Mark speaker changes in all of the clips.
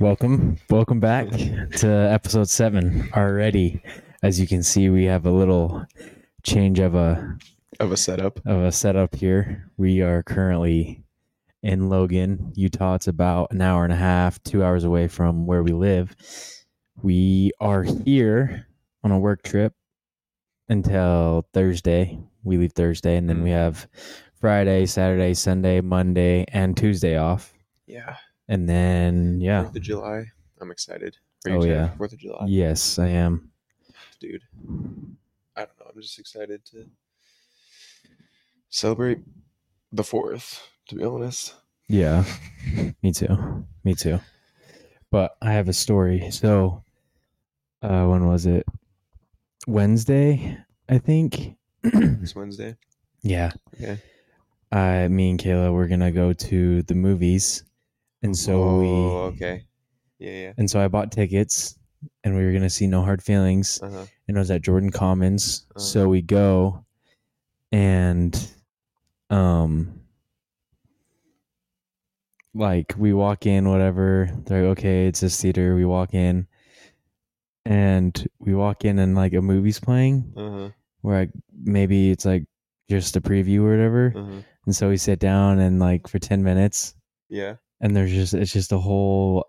Speaker 1: Welcome, welcome back to episode seven already. As you can see, we have a little change of a
Speaker 2: of a setup.
Speaker 1: of a setup here. We are currently in Logan, Utah. It's about an hour and a half, two hours away from where we live. We are here on a work trip until Thursday. We leave Thursday, and then we have Friday, Saturday, Sunday, Monday, and Tuesday off.
Speaker 2: Yeah.
Speaker 1: And then, yeah.
Speaker 2: Fourth of July. I'm excited.
Speaker 1: Oh,
Speaker 2: excited
Speaker 1: yeah.
Speaker 2: for Fourth of July,
Speaker 1: Yes, I am.
Speaker 2: dude. I don't know. I'm just excited to celebrate the fourth. To be honest.
Speaker 1: Yeah, me too. Me too. But I have a story. So, uh, when was it? Wednesday, I think. Mm.
Speaker 2: It's Wednesday.
Speaker 1: yeah.
Speaker 2: Okay.
Speaker 1: I, me and Kayla, we're gonna go to the movies, and so
Speaker 2: oh,
Speaker 1: we,
Speaker 2: okay. Yeah, yeah.
Speaker 1: and so I bought tickets, and we were gonna see No Hard Feelings,
Speaker 2: Uh-huh.
Speaker 1: and it was at Jordan Commons.
Speaker 2: Uh.
Speaker 1: So we go, and um, like we walk in, whatever. They're like, okay, it's this theater. We walk in, and we walk in, and like a movie's playing,
Speaker 2: Uh-huh.
Speaker 1: where like maybe it's like just a preview or whatever.
Speaker 2: Uh-huh.
Speaker 1: And so we sit down and like for ten minutes,
Speaker 2: Yeah.
Speaker 1: and there's just it's just a whole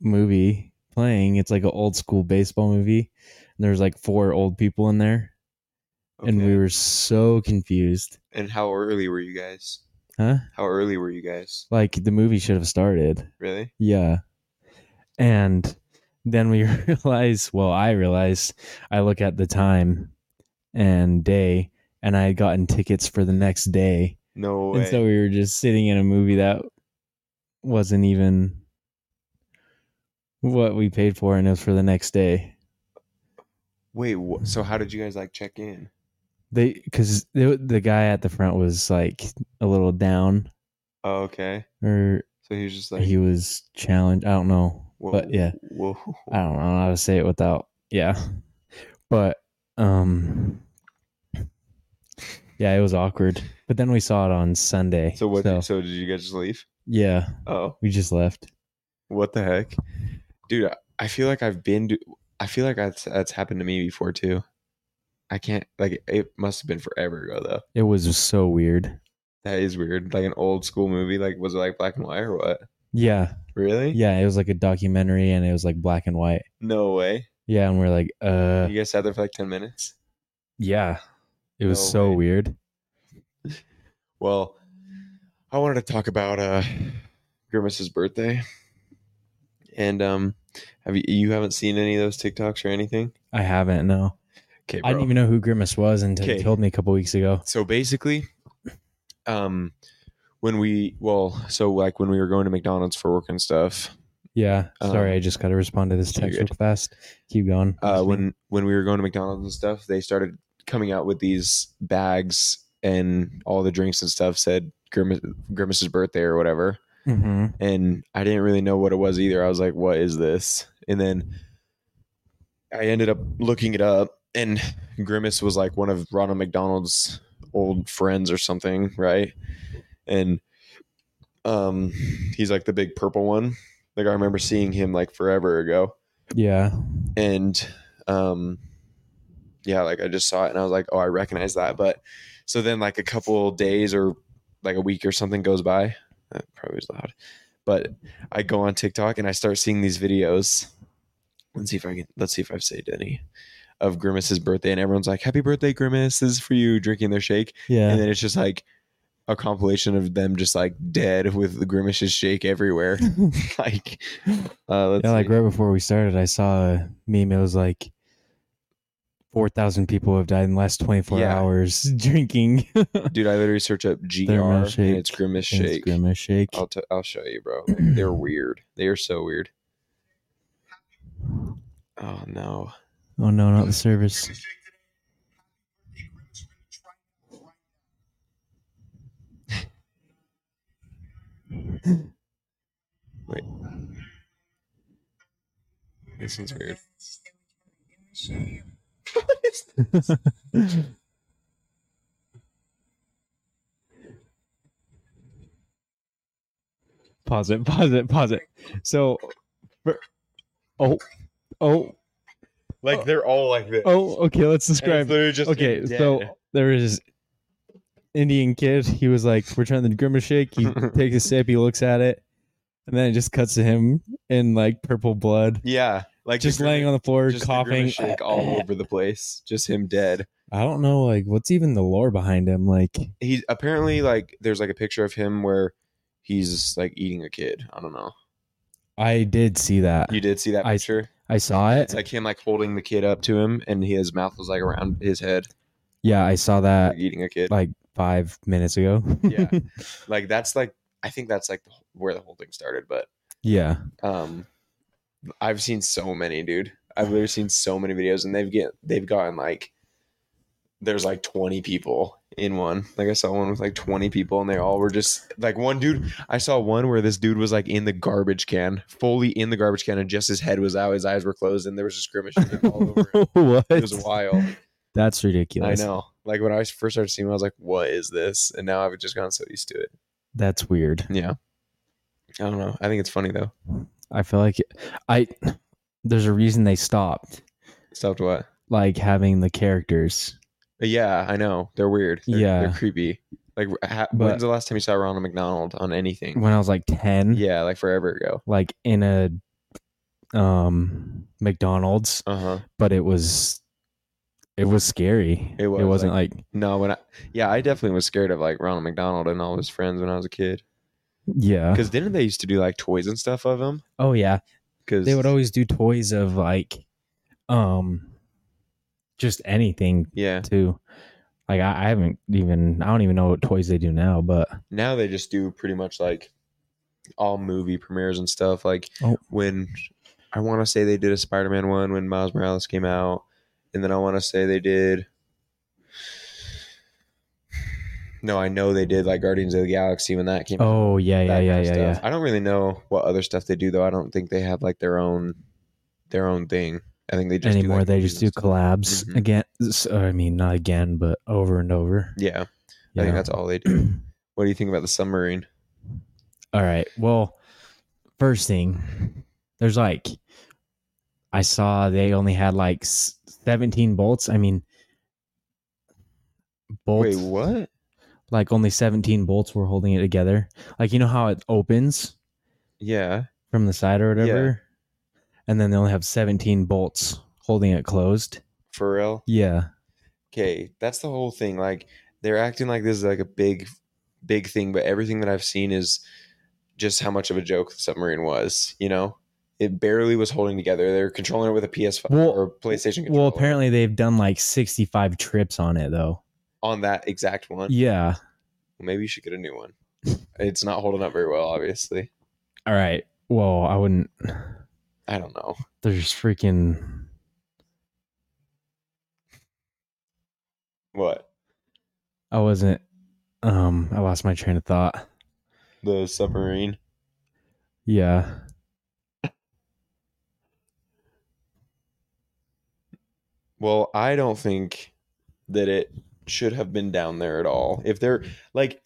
Speaker 1: movie playing. It's like an old school baseball movie. And there's like four old people in there, and we
Speaker 2: okay.
Speaker 1: were so confused.
Speaker 2: And how early were you guys?
Speaker 1: Huh?
Speaker 2: How early were you guys?
Speaker 1: Like the movie should have started.
Speaker 2: Really?
Speaker 1: Yeah. And then we realized, well, I realized I look at the time and day and I had gotten tickets for the next day.
Speaker 2: No way.
Speaker 1: And so we were just sitting in a movie that wasn't even what we paid for and it was for the next day.
Speaker 2: Wait. Wh- so how did you guys like check in?
Speaker 1: They cuz the guy at the front was like a little down
Speaker 2: Oh, okay.
Speaker 1: or
Speaker 2: So he was just like,
Speaker 1: he was challenged, I don't know.
Speaker 2: whoa,
Speaker 1: but yeah.
Speaker 2: Whoa.
Speaker 1: I don't know how to say it without yeah. But um yeah, it was awkward. But then we saw it on Sunday.
Speaker 2: So what? so did you guys just leave?
Speaker 1: yeah,
Speaker 2: Oh.
Speaker 1: we just left.
Speaker 2: What the heck, dude? I- I feel like I've been. To, I feel like that's that's happened to me before too. I can't like it must have been forever ago though.
Speaker 1: It was so weird.
Speaker 2: That is weird. Like an old school movie. Like was it like black and white or what?
Speaker 1: Yeah.
Speaker 2: Really?
Speaker 1: Yeah, it was like a documentary and it was like black and white.
Speaker 2: No way.
Speaker 1: Yeah, and we're like, uh
Speaker 2: You guys sat there for like ten minutes.
Speaker 1: yeah. It was
Speaker 2: No
Speaker 1: so
Speaker 2: way.
Speaker 1: weird.
Speaker 2: Well, I wanted to talk about uh Grimace's birthday. And um, have you you haven't seen any of those TikToks or anything?
Speaker 1: I haven't no.
Speaker 2: Okay,
Speaker 1: I didn't even know who Grimace was until you
Speaker 2: Okay.
Speaker 1: told me a couple weeks ago.
Speaker 2: so basically um when we well so like when we were going to mcdonald's for work and stuff
Speaker 1: Yeah. Sorry,
Speaker 2: Um,
Speaker 1: I just gotta respond to this
Speaker 2: you're
Speaker 1: text
Speaker 2: good.
Speaker 1: real fast. Keep going.
Speaker 2: uh when when we were going to mcdonald's and stuff they started coming out with these bags and all the drinks and stuff said Grimace, grimace's birthday or whatever
Speaker 1: hmm
Speaker 2: and i didn't really know what it was either i was like what is this and then i ended up looking it up and grimace was like one of ronald mcdonald's old friends or something right and um he's like the big purple one like i remember seeing him like forever ago
Speaker 1: Yeah.
Speaker 2: and um yeah like i just saw it and i was like oh i recognize that but so then like a couple days or like a week or something goes by that probably was loud but i go on tiktok and i start seeing these videos let's see if i can let's see if i've saved any of grimace's birthday and everyone's like happy birthday grimace this is for you drinking their shake
Speaker 1: Yeah.
Speaker 2: and then it's just like a compilation of them just like dead with the grimace's shake everywhere like uh let's
Speaker 1: yeah, like
Speaker 2: see.
Speaker 1: right before we started, I saw a meme. It was like four thousand people have died in the last twenty four
Speaker 2: Yeah.
Speaker 1: hours drinking.
Speaker 2: Dude, I literally search up GR
Speaker 1: Thermal
Speaker 2: and it's
Speaker 1: shake.
Speaker 2: Grimace
Speaker 1: It's
Speaker 2: Shake. Oh.
Speaker 1: Grimace shake.
Speaker 2: I'll, t- I'll show you, bro. Like, they're weird. They are so weird. Oh, no.
Speaker 1: Oh no, not the service.
Speaker 2: This one's weird.
Speaker 1: Pause it. Pause it. Pause it. So Oh, oh,
Speaker 2: Like they're all like this.
Speaker 1: oh. Okay, let's
Speaker 2: And it's
Speaker 1: describe.
Speaker 2: literally just
Speaker 1: Okay,
Speaker 2: dead.
Speaker 1: so there was this Indian kid. He was like, "We're trying the grandma shake." He takes a sip. He looks at it, and then it just cuts to him in like purple blood,
Speaker 2: yeah, like
Speaker 1: just laying on the floor,
Speaker 2: just the
Speaker 1: coughing.
Speaker 2: grimace shake all over the place. Just him dead.
Speaker 1: I don't know, like, what's even the lore behind him? Like,
Speaker 2: he apparently like there's like a picture of him where he's like eating a kid. I don't know.
Speaker 1: I did see that.
Speaker 2: You did see that
Speaker 1: I-
Speaker 2: picture?
Speaker 1: I saw it.
Speaker 2: It's like him like holding the kid up to him, and his mouth was like around his head,
Speaker 1: yeah, I saw that
Speaker 2: like eating a kid.
Speaker 1: like five minutes ago.
Speaker 2: Yeah. Like that's like I think that's like the, where the whole thing started. But
Speaker 1: yeah.
Speaker 2: um, I've seen so many, dude. I've literally seen so many videos, and they've get they've gotten like there's like 20 people in one. Like I saw one with like 20 people, and they all were just like one dude. I saw one where this dude was like in the garbage can, fully in the garbage can, and just his head was out, his eyes were closed, and there was just skirmish all over. Him.
Speaker 1: what?
Speaker 2: It was wild.
Speaker 1: That's
Speaker 2: I
Speaker 1: ridiculous.
Speaker 2: know. Like when I first started seeing, it, I was like, "What is this?" And now I've just gotten so used to it.
Speaker 1: That's weird.
Speaker 2: Yeah. I don't know. I think it's funny though.
Speaker 1: I feel like I there's a reason they stopped
Speaker 2: Stopped what?
Speaker 1: like having the characters.
Speaker 2: Yeah, I know. They're weird. They're,
Speaker 1: Yeah.
Speaker 2: They're creepy. Like, ha-
Speaker 1: But-
Speaker 2: when's the last time you saw Ronald McDonald on anything?
Speaker 1: When I was like 10,
Speaker 2: Yeah, like forever ago.
Speaker 1: like in a um McDonald's,
Speaker 2: Uh huh.
Speaker 1: but it was it was scary.
Speaker 2: It was,
Speaker 1: It wasn't like,
Speaker 2: No, when I, yeah, I definitely was scared of like Ronald McDonald and all his friends when I was a kid.
Speaker 1: yeah.
Speaker 2: Because didn't they used to do like toys and stuff of him?
Speaker 1: Oh yeah.
Speaker 2: Because
Speaker 1: They would always do toys of like um just anything
Speaker 2: yeah.
Speaker 1: too. Like I, I haven't even I don't even know what toys they do now, but
Speaker 2: Now they just do pretty much like all movie premieres and stuff. Like
Speaker 1: Oh.
Speaker 2: when I want to say they did a Spider Man one when Miles Morales came out, and then I want to say they did. No, I know they did like Guardians of the Galaxy when that came out.
Speaker 1: oh yeah, yeah,
Speaker 2: that
Speaker 1: yeah,
Speaker 2: kind
Speaker 1: yeah,
Speaker 2: of
Speaker 1: yeah.
Speaker 2: stuff. I don't really know what other stuff they do though. I don't think they have like their own their own thing. I think they just do,
Speaker 1: anymore.
Speaker 2: like,
Speaker 1: they
Speaker 2: movies
Speaker 1: just do
Speaker 2: and stuff.
Speaker 1: collabs
Speaker 2: Mhm.
Speaker 1: again. s- I mean, not again, but over and over.
Speaker 2: Yeah, I
Speaker 1: Yeah.
Speaker 2: think that's all they do. What do you think about the submarine?
Speaker 1: All right. Well, first thing, there's like, I saw they only had like s- 17 bolts. I mean, bolts
Speaker 2: Wait, what?
Speaker 1: like only 17 bolts were holding it together. Like you know how it opens
Speaker 2: Yeah,
Speaker 1: from the side or
Speaker 2: Yeah.
Speaker 1: whatever, and then they only have 17 bolts holding it closed.
Speaker 2: for real.
Speaker 1: Yeah.
Speaker 2: okay, that's the whole thing. Like they're acting like this is like a big, big thing, but everything that I've seen is just how much of a joke the submarine was. You know, it barely was holding together. They're controlling it with a PS5
Speaker 1: Well-
Speaker 2: or PlayStation. Controller
Speaker 1: Well, apparently they've done like 65 trips on it though.
Speaker 2: on that exact one,
Speaker 1: Yeah.
Speaker 2: maybe you should get a new one. it's not holding up very well, obviously.
Speaker 1: All right. Well, I wouldn't.
Speaker 2: I don't know.
Speaker 1: There's freaking.
Speaker 2: What
Speaker 1: I wasn't. Um, I lost my train of thought.
Speaker 2: the submarine?
Speaker 1: Yeah.
Speaker 2: Well, I don't think that it should have been down there at all. If they're like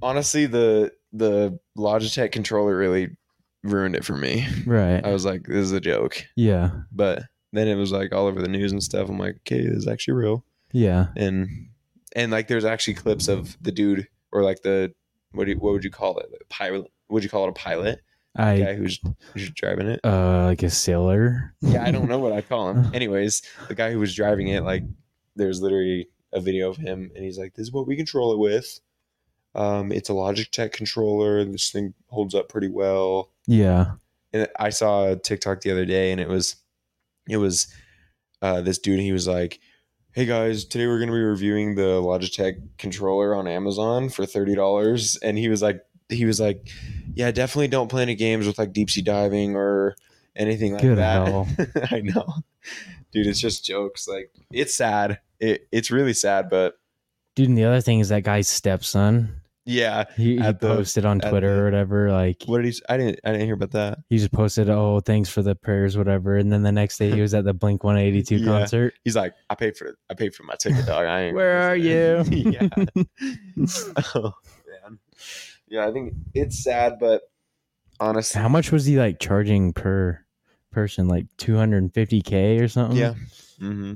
Speaker 2: honestly the the Logitech controller really ruined it for me.
Speaker 1: Right.
Speaker 2: I was like this is a joke.
Speaker 1: yeah.
Speaker 2: But then it was like all over the news and stuff. I'm like, "Okay, this is actually real."
Speaker 1: Yeah.
Speaker 2: And and like there's actually clips of the dude or like the what do you, what would you call it? The pilot would you call it a pilot?
Speaker 1: I
Speaker 2: guy who's, who's driving it?
Speaker 1: uh like a sailor.
Speaker 2: yeah, I don't know what I call him. Anyways, the guy who was driving it, like, there's literally a video of him, and he's like, "This is what we control it with. Um, it's a Logitech controller. This thing holds up pretty well."
Speaker 1: yeah.
Speaker 2: And I saw a TikTok the other day, and it was, it was, uh, this dude. He was like, "Hey guys, today we're gonna be reviewing the Logitech controller on Amazon for thirty dollars," and he was like. He was like, "Yeah, definitely don't play any games with like deep sea diving or anything like
Speaker 1: Good
Speaker 2: that."
Speaker 1: hell.
Speaker 2: I know, dude. It's just jokes. Like it's sad. It it's really sad, but
Speaker 1: Dude, and the other thing is that guy's stepson.
Speaker 2: yeah.
Speaker 1: He, he
Speaker 2: At the-
Speaker 1: posted on
Speaker 2: at
Speaker 1: Twitter
Speaker 2: the-
Speaker 1: or whatever. Like
Speaker 2: What did he? s- I didn't. I didn't hear about that.
Speaker 1: he just posted, "Oh, thanks for the prayers, whatever." And then the next day he was at the Blink 182
Speaker 2: Yeah.
Speaker 1: concert.
Speaker 2: He's like, I paid for I paid for my ticket, dog. I ain't.
Speaker 1: Where are you?
Speaker 2: yeah. oh man. Yeah, I think it's sad, but honestly,
Speaker 1: How much was he like charging per person? Like 250k or something?
Speaker 2: yeah. hmm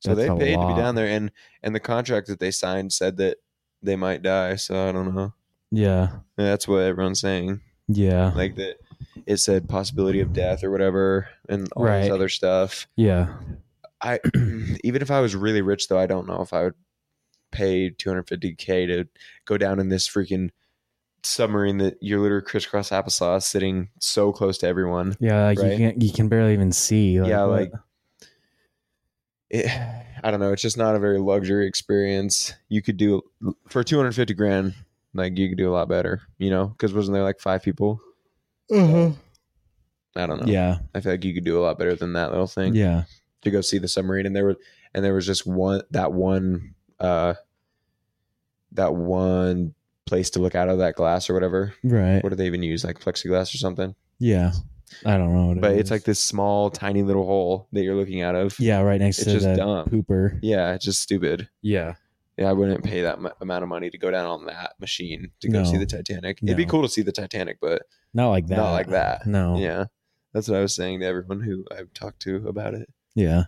Speaker 2: So
Speaker 1: That's
Speaker 2: they
Speaker 1: a
Speaker 2: paid to
Speaker 1: lot.
Speaker 2: be down there, and and the contract that they signed said that they might die. So I don't know.
Speaker 1: Yeah.
Speaker 2: And that's what everyone's saying.
Speaker 1: Yeah.
Speaker 2: Like that, it said possibility of death or whatever, and all
Speaker 1: Right.
Speaker 2: this other stuff.
Speaker 1: yeah.
Speaker 2: I even if I was really rich though, I don't know if I would pay 250k to go down in this freaking submarine that you're literally crisscross applesauce, sitting so close to everyone.
Speaker 1: Yeah. Like you
Speaker 2: Right.
Speaker 1: can you can barely even see.
Speaker 2: yeah,
Speaker 1: what-
Speaker 2: like it, I don't know. It's just not a very luxury experience. You could do for 250 grand, like you could do a lot better, you know? Because wasn't there like five people? I don't know.
Speaker 1: yeah.
Speaker 2: I feel like you could do a lot better than that little thing.
Speaker 1: Yeah.
Speaker 2: to go see the submarine and there was and there was just one that one uh that one place to look out of that glass or whatever
Speaker 1: Right.
Speaker 2: what do they even use like plexiglass or something
Speaker 1: Yeah. I don't know. What it
Speaker 2: but it's
Speaker 1: is.
Speaker 2: like this small tiny little hole that you're looking out of
Speaker 1: Yeah, right next
Speaker 2: It's
Speaker 1: to
Speaker 2: just
Speaker 1: the
Speaker 2: dumb.
Speaker 1: pooper.
Speaker 2: yeah it's just stupid
Speaker 1: Yeah.
Speaker 2: yeah i wouldn't pay that mu- amount of money to go down on that machine to
Speaker 1: No.
Speaker 2: go see the titanic it'd be
Speaker 1: No. Oh.
Speaker 2: cool to see the titanic but
Speaker 1: Not like that.
Speaker 2: not like that
Speaker 1: No. Yeah.
Speaker 2: yeah that's what i was saying to everyone who i've talked to about it
Speaker 1: Yeah.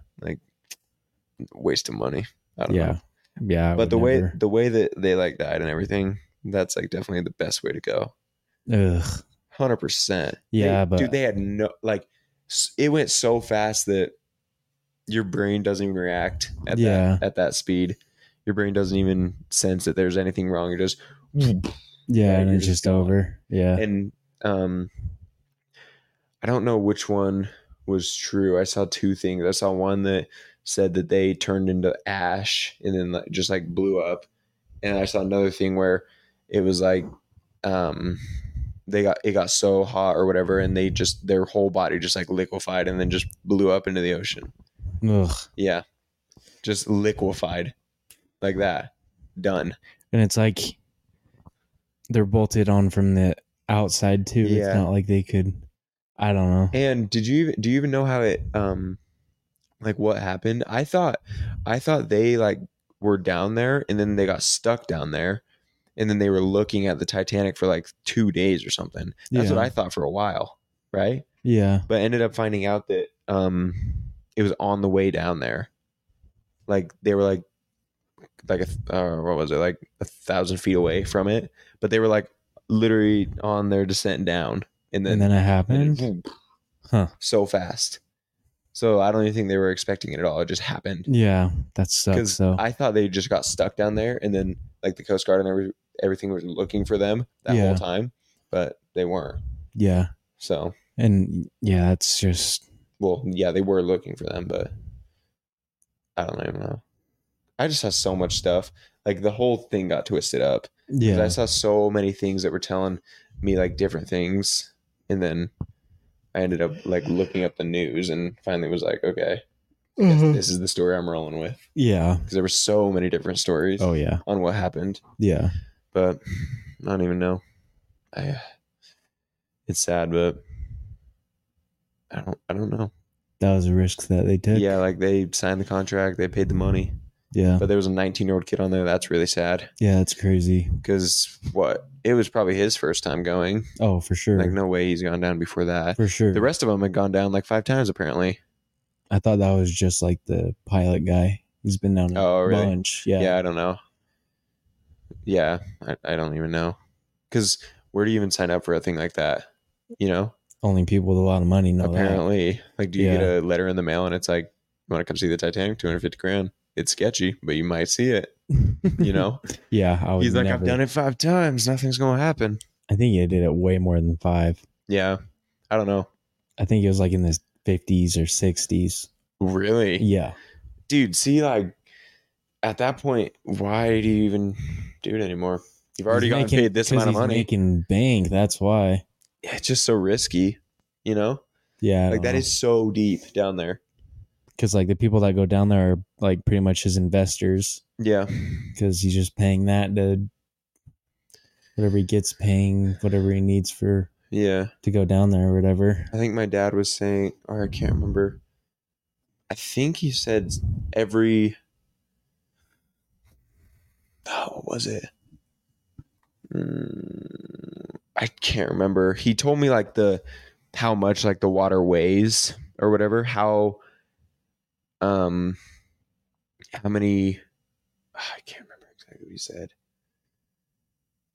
Speaker 2: waste of money i don't know
Speaker 1: Yeah. yeah I
Speaker 2: but
Speaker 1: would
Speaker 2: the way
Speaker 1: never.
Speaker 2: the way that they like died and everything that's like definitely the best way to go
Speaker 1: Ugh.
Speaker 2: 100%
Speaker 1: Yeah,
Speaker 2: They-
Speaker 1: but-
Speaker 2: dude they had no like s- it went so fast that your brain doesn't even react at
Speaker 1: Yeah.
Speaker 2: that at that speed your brain doesn't even sense that there's anything wrong you're just
Speaker 1: Hmm. Yeah,
Speaker 2: Yeah,
Speaker 1: and
Speaker 2: you're
Speaker 1: it's
Speaker 2: just
Speaker 1: just over. Yeah.
Speaker 2: and um i don't know which one was true i saw two things i saw one that said that they turned into ash and then like, just like blew up and i saw another thing where it was like um they got it got so hot or whatever and they just their whole body just like liquefied and then just blew up into the ocean
Speaker 1: Ugh.
Speaker 2: yeah just liquefied like that done
Speaker 1: And it's like they're bolted on from the outside too.
Speaker 2: Yeah.
Speaker 1: It's not like they could I don't know.
Speaker 2: And did you even do you even know how it um like what happened? I thought I thought they like were down there and then they got stuck down there and then they were looking at the Titanic for like 2 days or something. That's
Speaker 1: Yeah.
Speaker 2: what I thought for a while, right?
Speaker 1: Yeah.
Speaker 2: But ended up finding out that um it was on the way down there. Like they were like like a th- uh, what was it? Like a thousand feet away from it, but they were like literally on their descent down, and then
Speaker 1: and then it happened.
Speaker 2: and it-
Speaker 1: Huh.
Speaker 2: so fast. So I don't even think they were expecting it at all. It just happened
Speaker 1: yeah. That sucks
Speaker 2: because
Speaker 1: though.
Speaker 2: I thought they just got stuck down there, and then like the Coast Guard and every, everything was looking for them that
Speaker 1: Yeah.
Speaker 2: whole time, but they weren't.
Speaker 1: yeah.
Speaker 2: So
Speaker 1: And yeah, that's just
Speaker 2: well, yeah, they were looking for them, but I don't even know. I just saw so much stuff. Like the whole thing got twisted up. 'Cause I
Speaker 1: yeah.
Speaker 2: saw so many things that were telling me like different things, and then I ended up like looking up the news and finally was like, okay, this is the story I'm rolling with
Speaker 1: Yeah.
Speaker 2: because there were so many different stories
Speaker 1: Oh yeah.
Speaker 2: on what happened,
Speaker 1: Yeah.
Speaker 2: but I don't even know. I, it's sad, but I don't. I don't know.
Speaker 1: That was a risk that they took.
Speaker 2: Yeah, like they signed the contract, they paid the money,
Speaker 1: Yeah.
Speaker 2: but there was a 19 year old kid on there. That's really sad
Speaker 1: Yeah, that's crazy.
Speaker 2: because what it was probably his first time going.
Speaker 1: Oh, for sure.
Speaker 2: Like no way he's gone down before that.
Speaker 1: for sure.
Speaker 2: The rest of them had gone down like five times apparently.
Speaker 1: I thought that was just like the pilot guy. He's been down a
Speaker 2: Oh, really?
Speaker 1: bunch.
Speaker 2: Yeah,
Speaker 1: Yeah.
Speaker 2: I don't know. Yeah, I, I don't even know. Because where do you even sign up for a thing like that? You know,
Speaker 1: Only people with a lot of money know
Speaker 2: apparently, like, do you get
Speaker 1: Yeah.
Speaker 2: a letter in the mail and it's like, you want to come see the Titanic? 250 grand. It's sketchy, but you might see it.
Speaker 1: that.
Speaker 2: You know,
Speaker 1: yeah. I would
Speaker 2: he's like,
Speaker 1: Oh,
Speaker 2: I've
Speaker 1: never-
Speaker 2: done it five times. Nothing's going to happen.
Speaker 1: I think he did it way more than five.
Speaker 2: Yeah. I don't know.
Speaker 1: I think it was like in the 50s or 60s.
Speaker 2: Really?
Speaker 1: Yeah.
Speaker 2: Dude, see, like, at that point, why do you even do it anymore? You've already
Speaker 1: He's
Speaker 2: gotten
Speaker 1: making-
Speaker 2: paid this
Speaker 1: 'cause
Speaker 2: amount of
Speaker 1: he's
Speaker 2: money.
Speaker 1: making bank. That's why.
Speaker 2: it's just so risky, you know?
Speaker 1: Yeah.
Speaker 2: like that is so deep down there
Speaker 1: because like the people that go down there are like pretty much his investors
Speaker 2: yeah
Speaker 1: because he's just paying that to whatever he gets paying, whatever he needs for
Speaker 2: yeah
Speaker 1: to go down there or whatever.
Speaker 2: i think my dad was saying or i can't remember i think he said every oh what was it Mm, I can't remember. He told me like the how much like the water weighs or whatever. How um how many I can't remember exactly what he said.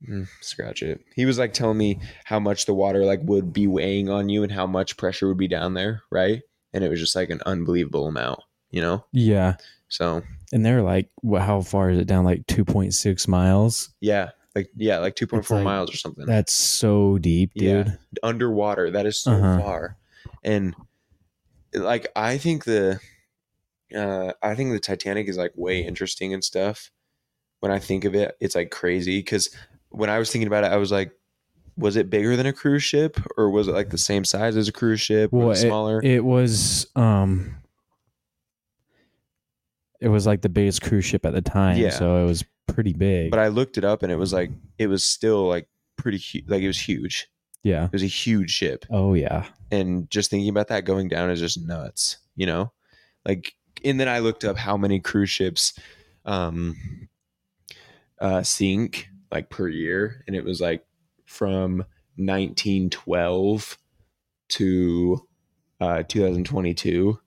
Speaker 2: Mm, scratch it. He was like telling me how much the water like would be weighing on you and how much pressure would be down there, right? And it was just like an unbelievable amount, you know?
Speaker 1: Yeah.
Speaker 2: So
Speaker 1: And they're like, wha- how far is it down? Like 2.6 miles.
Speaker 2: yeah, like yeah, like two point four
Speaker 1: like-
Speaker 2: miles or something.
Speaker 1: That's so deep,
Speaker 2: Yeah.
Speaker 1: dude.
Speaker 2: underwater. That is so
Speaker 1: Uh-huh.
Speaker 2: far. And like I think the uh I think the Titanic is like way interesting and stuff. When I think of it, it's like crazy cuz when I was thinking about it, I was like was it bigger than a cruise ship or was it like the same size as a cruise ship or
Speaker 1: Well,
Speaker 2: was it smaller?
Speaker 1: It, it was um it was like the biggest cruise ship at the time,
Speaker 2: Yeah.
Speaker 1: so it was pretty big.
Speaker 2: but I looked it up and it was like it was still like pretty huge like it was huge.
Speaker 1: yeah.
Speaker 2: It was a huge ship.
Speaker 1: Oh yeah.
Speaker 2: and just thinking about that going down is just nuts you know like and then i looked up how many cruise ships um uh sink like per year and it was like from 1912 to uh 2022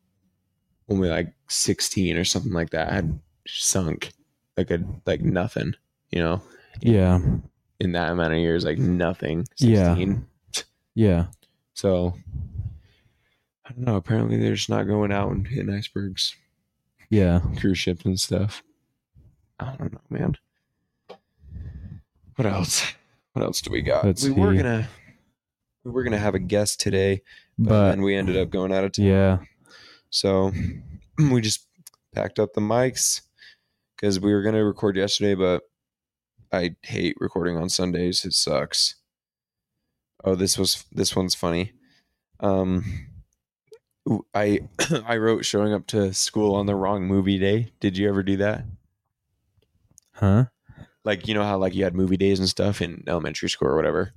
Speaker 2: only like 16 or something like that had sunk like a like nothing you know
Speaker 1: Yeah.
Speaker 2: in that amount of years like nothing
Speaker 1: Yeah.
Speaker 2: 16
Speaker 1: Yeah.
Speaker 2: so I don't know. Apparently, they're just not going out and hitting icebergs,
Speaker 1: Yeah.
Speaker 2: cruise ships and stuff. I don't know, man. What else? What else do we got?
Speaker 1: Let's
Speaker 2: we were
Speaker 1: see.
Speaker 2: gonna we were gonna have a guest today, but
Speaker 1: But
Speaker 2: and we ended up going out of town.
Speaker 1: yeah.
Speaker 2: So we just packed up the mics because we were gonna record yesterday, but I hate recording on Sundays. It sucks. Oh, this was this one's funny. Um, ooh, I I wrote showing up to school on the wrong movie day. Did you ever do that?
Speaker 1: Huh?
Speaker 2: Like you know how like you had movie days and stuff in elementary school or whatever.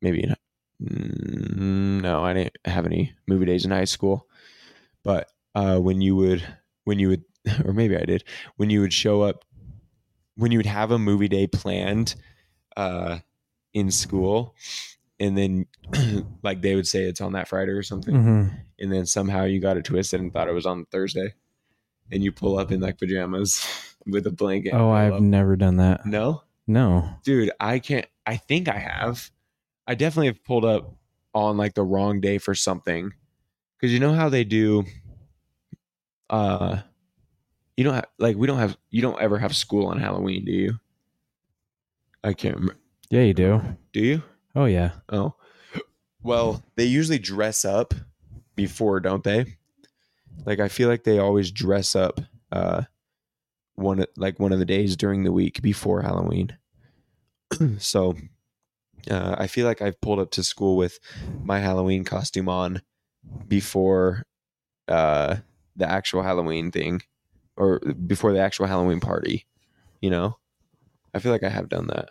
Speaker 2: Maybe in, Mm, no, I didn't have any movie days in high school. But uh, when you would when you would or maybe I did when you would show up when you would have a movie day planned uh, in school and then like they would say it's on that Friday or something
Speaker 1: hmm
Speaker 2: and then somehow you got it twisted and thought it was on Thursday, and you pull up in like pajamas with a blanket. and
Speaker 1: Oh,
Speaker 2: roll
Speaker 1: I've
Speaker 2: up.
Speaker 1: never done that.
Speaker 2: no,
Speaker 1: No.
Speaker 2: dude, I can't. I think I have. I definitely have pulled up on like the wrong day for something, because you know how they do. Uh, you don't have like we don't have you don't ever have school on Halloween, do you? I can't remember.
Speaker 1: Yeah, you do.
Speaker 2: Do you?
Speaker 1: Oh yeah.
Speaker 2: Oh. Well, they usually dress up before, don't they? Like I feel like they always dress up uh one like one of the days during the week before Halloween. so uh, I feel like I've pulled up to school with my Halloween costume on before uh the actual Halloween thing or before the actual Halloween party, you know? I feel like I have done that.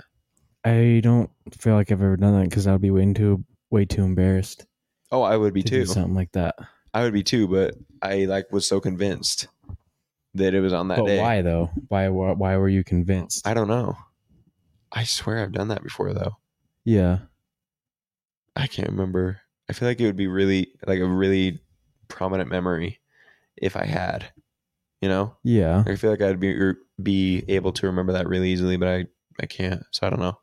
Speaker 1: I don't feel like I've ever done that because I would be way too way too embarrassed
Speaker 2: Oh, I would be
Speaker 1: to
Speaker 2: too.
Speaker 1: do something like that.
Speaker 2: I would be too, but I like was so convinced that it was on that
Speaker 1: But
Speaker 2: day.
Speaker 1: why though? Why why why were you convinced?
Speaker 2: I don't know. I swear I've done that before though.
Speaker 1: yeah.
Speaker 2: I can't remember. I feel like it would be really like a really prominent memory if I had. You know,
Speaker 1: Yeah.
Speaker 2: I feel like I'd be er, be able to remember that really easily, but I I can't. So I don't know.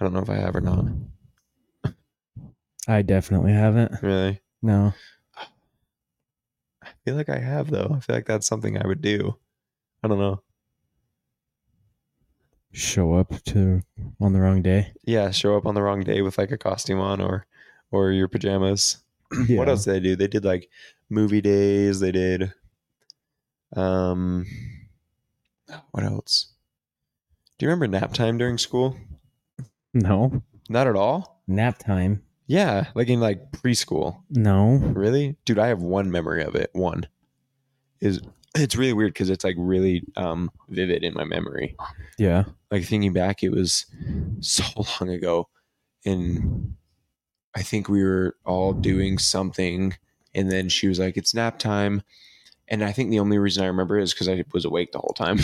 Speaker 2: I don't know if I have or not.
Speaker 1: I definitely haven't.
Speaker 2: Really,
Speaker 1: No.
Speaker 2: I feel like I have though. I feel like that's something I would do. I don't know.
Speaker 1: show up to on the wrong day.
Speaker 2: yeah, show up on the wrong day with like a costume on or or your pajamas.
Speaker 1: Yeah.
Speaker 2: What else did they do? They did like movie days. They did um what else? Do you remember nap time during school?
Speaker 1: No.
Speaker 2: Not at all?
Speaker 1: Nap time.
Speaker 2: Yeah, like in like preschool.
Speaker 1: No.
Speaker 2: Really? Dude, I have one memory of it. One. Is it's really weird cuz it's like really um vivid in my memory.
Speaker 1: Yeah.
Speaker 2: like thinking back, it was so long ago, and I think we were all doing something, and then she was like, "It's nap time," And I think the only reason I remember it is because I was awake the whole time.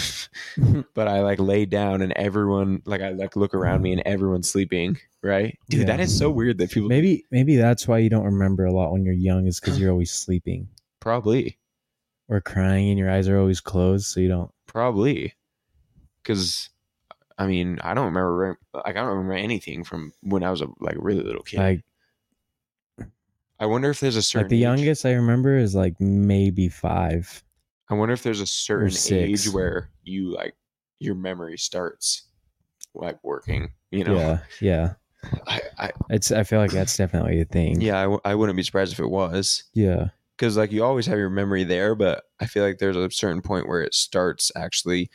Speaker 2: but I like lay down and everyone like I like look around me and everyone's sleeping, right? Dude,
Speaker 1: Yeah.
Speaker 2: that is so weird that people
Speaker 1: Maybe maybe that's why you don't remember a lot when you're young is because you're always sleeping
Speaker 2: probably
Speaker 1: or crying and your eyes are always closed, so you don't.
Speaker 2: probably because I mean I don't remember like I don't remember anything from when I was a like really little kid.
Speaker 1: Like
Speaker 2: I wonder if there's a certain
Speaker 1: like the
Speaker 2: age-
Speaker 1: youngest I remember is like maybe five.
Speaker 2: I wonder if there's a certain
Speaker 1: six.
Speaker 2: age where you like your memory starts like working. You know,
Speaker 1: Yeah, yeah.
Speaker 2: I, I
Speaker 1: It's I feel like that's definitely a thing.
Speaker 2: yeah I, w- I wouldn't be surprised if it was.
Speaker 1: yeah.
Speaker 2: because like you always have your memory there, but I feel like there's a certain point where it starts actually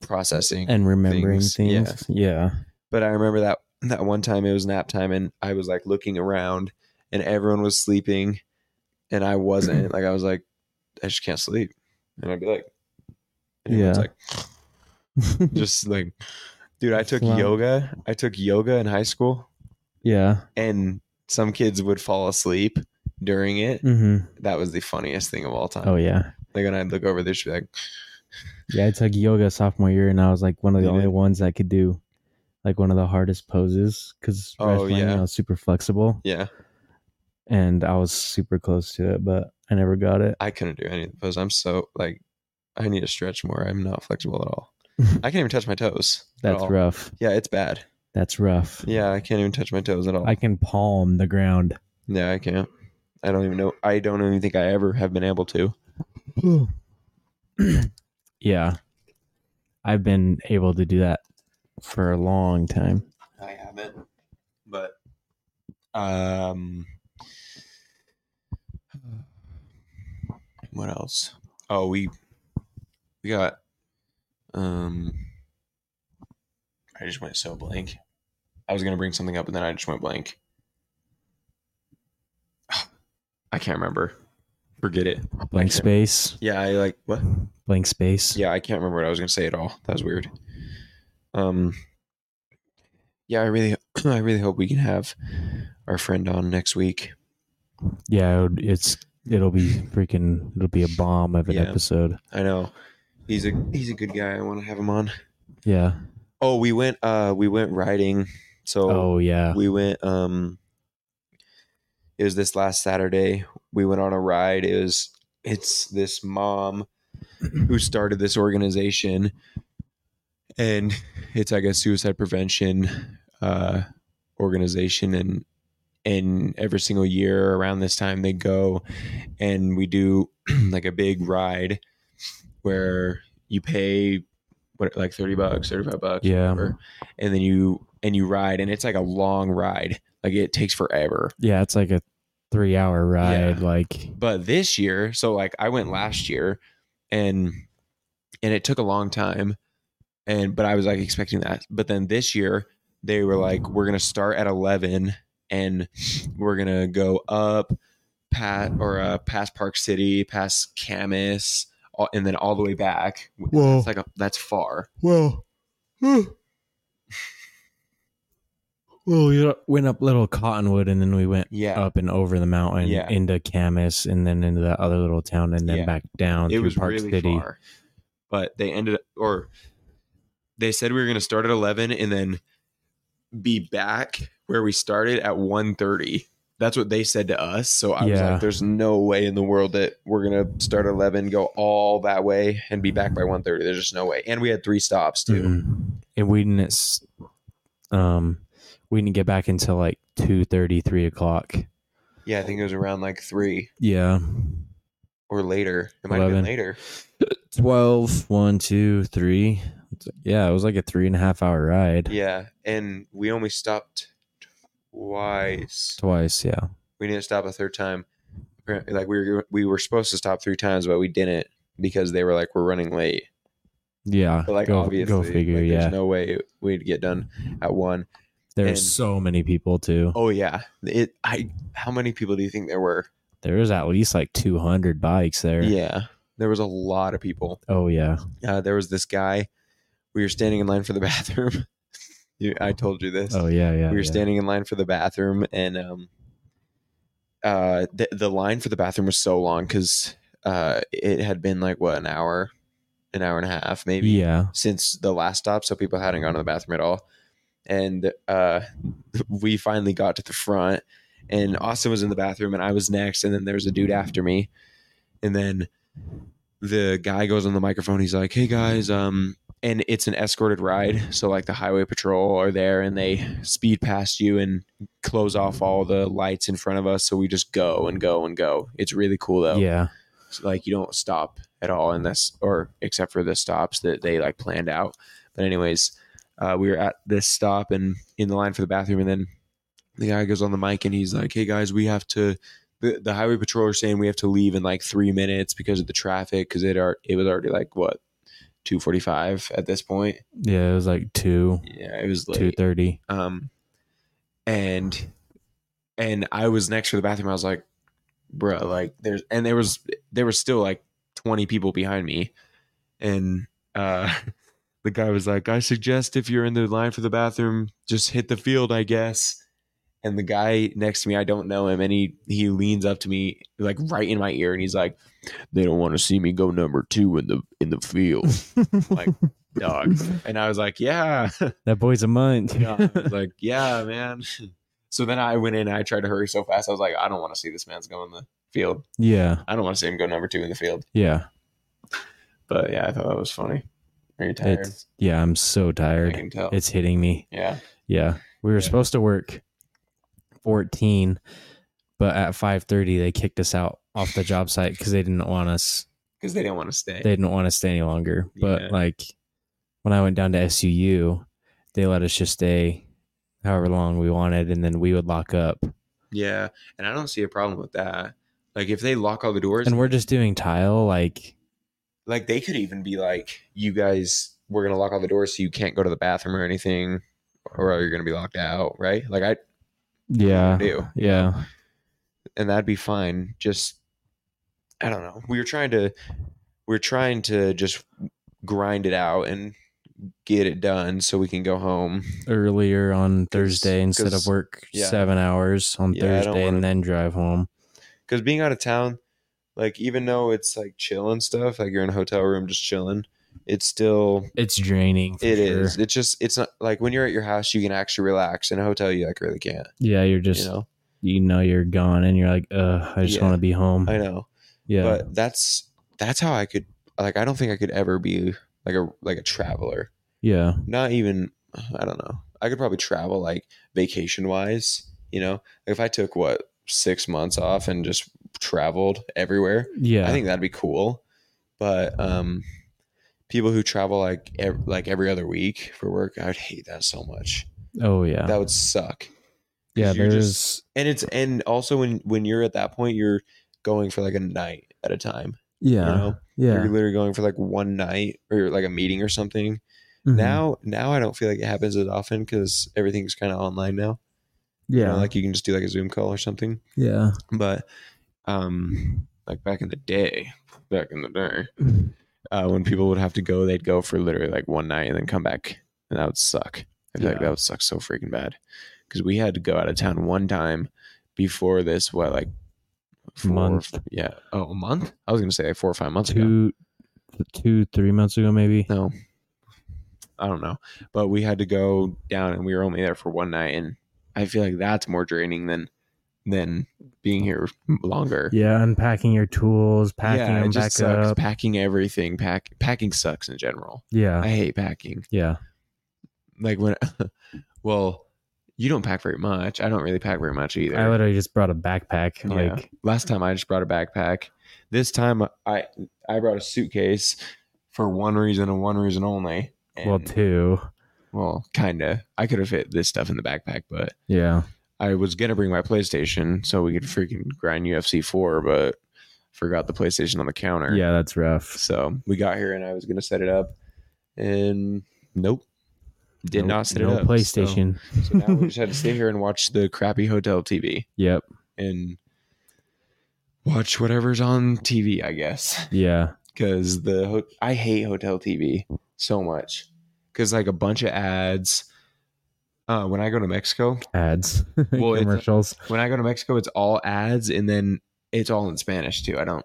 Speaker 2: processing.
Speaker 1: And remembering
Speaker 2: Things,
Speaker 1: things.
Speaker 2: yeah.
Speaker 1: Yeah,
Speaker 2: but I remember that that one time it was nap time, and I was like looking around, and everyone was sleeping, and I wasn't. like I was like, I just can't sleep, and I'd be like, yeah,
Speaker 1: Yeah.
Speaker 2: like just like, dude, I took
Speaker 1: Slump.
Speaker 2: yoga. I took yoga in high school,
Speaker 1: yeah.
Speaker 2: and some kids would fall asleep during it.
Speaker 1: Mm-hmm.
Speaker 2: That was the funniest thing of all time.
Speaker 1: Oh yeah.
Speaker 2: Like when I'd look over, they'd just be like.
Speaker 1: Yeah, I took yoga sophomore year, and I was like one of the
Speaker 2: You
Speaker 1: only
Speaker 2: did?
Speaker 1: ones that could do like one of the hardest poses because
Speaker 2: Oh, yeah.
Speaker 1: I was super flexible,
Speaker 2: Yeah,
Speaker 1: and I was super close to it, but I never got it.
Speaker 2: I couldn't do any of the poses. I'm so like, I need to stretch more. I'm not flexible at all. I can't even touch my toes. at
Speaker 1: That's
Speaker 2: all.
Speaker 1: rough.
Speaker 2: Yeah, it's bad.
Speaker 1: That's rough.
Speaker 2: Yeah, I can't even touch my toes at all.
Speaker 1: I can palm the ground.
Speaker 2: yeah, I can't. I don't even know. I don't even think I ever have been able to.
Speaker 1: yeah, I've been able to do that for a long time.
Speaker 2: I haven't. But, um, what else? Oh, we we got. Um, I just went so blank. I was gonna bring something up, and then I just went blank. I can't remember. Forget it.
Speaker 1: Blank
Speaker 2: Okay.
Speaker 1: space.
Speaker 2: Yeah, I like what?
Speaker 1: Blank space.
Speaker 2: Yeah, I can't remember what I was gonna say at all. That was weird. Um, yeah, I really, I really hope we can have our friend on next week.
Speaker 1: Yeah, it would, it's it'll be freaking. It'll be a bomb of an
Speaker 2: Yeah.
Speaker 1: episode.
Speaker 2: I know he's a he's a good guy. I want to have him on.
Speaker 1: Yeah.
Speaker 2: Oh, we went, uh, we went riding. So
Speaker 1: Oh yeah.
Speaker 2: we went. Um, it was this last Saturday. We went on a ride. It was it's this mom who started this organization and it's like a suicide prevention uh, organization and and every single year around this time they go and we do like a big ride where you pay what like 30 bucks 35 bucks
Speaker 1: Yeah.
Speaker 2: whatever, and then you and you ride and it's like a long ride like it takes forever
Speaker 1: Yeah, it's like a three hour ride.
Speaker 2: Yeah.
Speaker 1: Like,
Speaker 2: but this year so like i went last year and and it took a long time and but i was like expecting that but then this year they were like we're gonna start at 11 and we're gonna go up pat or uh past park city past camas all, and then all the way back
Speaker 1: whoa,
Speaker 2: it's like a, that's far
Speaker 1: whoa, whoa, we went up Little Cottonwood and then we went
Speaker 2: yeah
Speaker 1: up and over the mountain
Speaker 2: Yeah.
Speaker 1: into Camas and then into that other little town and then
Speaker 2: Yeah.
Speaker 1: back down
Speaker 2: it
Speaker 1: through
Speaker 2: was
Speaker 1: Park
Speaker 2: really
Speaker 1: City.
Speaker 2: far. But they ended up, or they said we were going to start at eleven and then be back where we started at 1.30. That's what they said to us. So I was
Speaker 1: Yeah.
Speaker 2: like, "There's no way in the world that we're gonna start at eleven, go all that way, and be back by 1.30. There's just no way." And we had three stops too.
Speaker 1: Mhm. And we didn't, s- um, we didn't get back until like two thirty, three o'clock.
Speaker 2: Yeah, I think it was around like three
Speaker 1: Yeah.
Speaker 2: or later. It might have been
Speaker 1: 11.
Speaker 2: later.
Speaker 1: 12, 1, 2, 3. Yeah, it was like a three and a half hour ride.
Speaker 2: Yeah, and we only stopped twice.
Speaker 1: Twice, yeah.
Speaker 2: we didn't stop a third time. Apparently, like we were we were supposed to stop three times, but we didn't because they were like we're running late.
Speaker 1: Yeah,
Speaker 2: But like
Speaker 1: go,
Speaker 2: obviously,
Speaker 1: go figure.
Speaker 2: like,
Speaker 1: yeah,
Speaker 2: there's no way we'd get done at one.
Speaker 1: there were
Speaker 2: and-
Speaker 1: so many people too.
Speaker 2: Oh yeah, it. I how many people do you think there were?
Speaker 1: There was at least like two hundred bikes there.
Speaker 2: Yeah, there was a lot of people.
Speaker 1: Oh yeah,
Speaker 2: Uh, there was this guy. We were standing in line for the bathroom. You- I told you this.
Speaker 1: oh yeah, yeah.
Speaker 2: we were
Speaker 1: yeah.
Speaker 2: standing in line for the bathroom and um uh the, the line for the bathroom was so long because uh, it had been like what an hour, an hour and a half maybe
Speaker 1: Yeah.
Speaker 2: since the last stop, so people hadn't gone to the bathroom at all. And uh, we finally got to the front, and Austin was in the bathroom, and I was next, and then there was a dude after me, and then the guy goes on the microphone. He's like, "Hey guys," um, and it's an escorted ride, so like the highway patrol are there, and they speed past you and close off all the lights in front of us, so we just go and go and go. It's really cool though.
Speaker 1: Yeah.
Speaker 2: So, like you don't stop at all unless or except for the stops that they like planned out but anyways uh, we were at this stop and in the line for the bathroom and then the guy goes on the mic and he's like hey guys we have to the, the highway patrol are saying we have to leave in like three minutes because of the traffic because it are it was already like what 245 at this point
Speaker 1: Yeah. It was like two,
Speaker 2: yeah it was late
Speaker 1: two thirty.
Speaker 2: um and and i was next to the bathroom i was like bruh like there's and there was there was still like 20 people behind me and uh the guy was like i suggest if you're in the line for the bathroom just hit the field i guess and the guy next to me i don't know him and he he leans up to me like right in my ear and he's like they don't want to see me go number two in the in the field like dog and i was like yeah
Speaker 1: That boy's a month.
Speaker 2: yeah, I was like, yeah, man. So then I went in. I tried to hurry so fast. I was like, I don't want to see this man's go in the field.
Speaker 1: yeah.
Speaker 2: I don't want to see him go number two in the field.
Speaker 1: Yeah.
Speaker 2: But yeah, I thought that was funny. Are you tired?
Speaker 1: It's, yeah. I'm so
Speaker 2: I
Speaker 1: tired.
Speaker 2: can tell.
Speaker 1: It's hitting me.
Speaker 2: yeah,
Speaker 1: Yeah. We were
Speaker 2: Yeah.
Speaker 1: supposed to work 14, but at 5:30 they kicked us out off the job site cuz they didn't want us
Speaker 2: because they didn't want to stay.
Speaker 1: they didn't want to stay any longer. But
Speaker 2: Yeah.
Speaker 1: like when I went down to SUU, they let us just stay however long we wanted and then we would lock up.
Speaker 2: yeah, and I don't see a problem with that. Like if they lock all the doors,
Speaker 1: And we're just doing tile like
Speaker 2: like they could even be like, you guys, we're gonna lock all the doors so you can't go to the bathroom or anything, or you're gonna be locked out, right? Like I
Speaker 1: yeah.
Speaker 2: do.
Speaker 1: Yeah.
Speaker 2: and that'd be fine. Just I don't know. We were trying to we are trying to just grind it out and get it done so we can go home.
Speaker 1: Earlier on Thursday instead of
Speaker 2: 'cause-
Speaker 1: work
Speaker 2: yeah.
Speaker 1: 7 hours on
Speaker 2: Yeah, I don't
Speaker 1: Thursday
Speaker 2: wanna-
Speaker 1: and then drive home.
Speaker 2: Because being out of town, like even though it's like chill and stuff, like you're in a hotel room just chilling, it's still
Speaker 1: It's draining. for
Speaker 2: it is.
Speaker 1: sure.
Speaker 2: It's just it's not like when you're at your house you can actually relax. In a hotel you like really can't.
Speaker 1: Yeah, you're just
Speaker 2: you know.
Speaker 1: you know you're gone and you're like, uh, I just
Speaker 2: Yeah.
Speaker 1: want to be home.
Speaker 2: I know.
Speaker 1: yeah.
Speaker 2: But that's that's how I could like I don't think I could ever be like a like a traveler.
Speaker 1: yeah.
Speaker 2: not even I don't know. I could probably travel like vacation wise, you know. If I took what six months off and just traveled everywhere,
Speaker 1: Yeah.
Speaker 2: I think that'd be cool. But um, people who travel like ev- like every other week for work, I would hate that so much.
Speaker 1: oh yeah.
Speaker 2: That would suck. 'Cause
Speaker 1: yeah,
Speaker 2: you're
Speaker 1: there's
Speaker 2: just- and it's and also when when you're at that point, you're going for like a night at a time.
Speaker 1: yeah.
Speaker 2: You know,
Speaker 1: yeah.
Speaker 2: you're literally going for like one night or like a meeting or something.
Speaker 1: Mhm.
Speaker 2: Now, now I don't feel like it happens as often because everything's kind of online now.
Speaker 1: yeah.
Speaker 2: You know, like you can just do like a Zoom call or something.
Speaker 1: yeah.
Speaker 2: But, um, like back in the day, back in the day, uh, when people would have to go, they'd go for literally like one night and then come back, and that would suck. I feel like
Speaker 1: Yeah.
Speaker 2: that would suck so freaking bad because we had to go out of town one time before this. What like four,
Speaker 1: Month.
Speaker 2: Yeah. Oh, a month. I was gonna say like four or five months ago.
Speaker 1: Two, two, three months ago maybe.
Speaker 2: No. I don't know. But we had to go down and we were only there for one night and I feel like that's more draining than than being here longer.
Speaker 1: Yeah, unpacking your tools, packing
Speaker 2: Yeah,
Speaker 1: them
Speaker 2: it just
Speaker 1: back
Speaker 2: sucks.
Speaker 1: up.
Speaker 2: Packing everything. Pack packing sucks in general.
Speaker 1: yeah.
Speaker 2: I hate packing.
Speaker 1: yeah.
Speaker 2: Like when well, you don't pack very much. I don't really pack very much either.
Speaker 1: I literally just brought a backpack.
Speaker 2: Yeah.
Speaker 1: Like
Speaker 2: Last time I just brought a backpack. This time I I brought a suitcase for one reason and one reason only.
Speaker 1: well,
Speaker 2: And-
Speaker 1: two.
Speaker 2: Well, kind of. I could have fit this stuff in the backpack, but
Speaker 1: Yeah.
Speaker 2: I was going to bring my PlayStation so we could freaking grind UFC 4, but forgot the PlayStation on the counter.
Speaker 1: Yeah, that's rough.
Speaker 2: So we got here and I was going to set it up, and nope. Did
Speaker 1: No-
Speaker 2: not set
Speaker 1: no
Speaker 2: it up. So-
Speaker 1: PlayStation.
Speaker 2: So, now we just had to sit here and watch the crappy hotel TV
Speaker 1: yep.
Speaker 2: and watch whatever's on TV, I guess
Speaker 1: Yeah.
Speaker 2: because the ho- I hate hotel TV so much because like a bunch of ads. Uh, when I go to Mexico,
Speaker 1: Ads.
Speaker 2: Well, it's-
Speaker 1: commercials.
Speaker 2: when I go to Mexico, it's all ads, and then it's all in Spanish too. I don't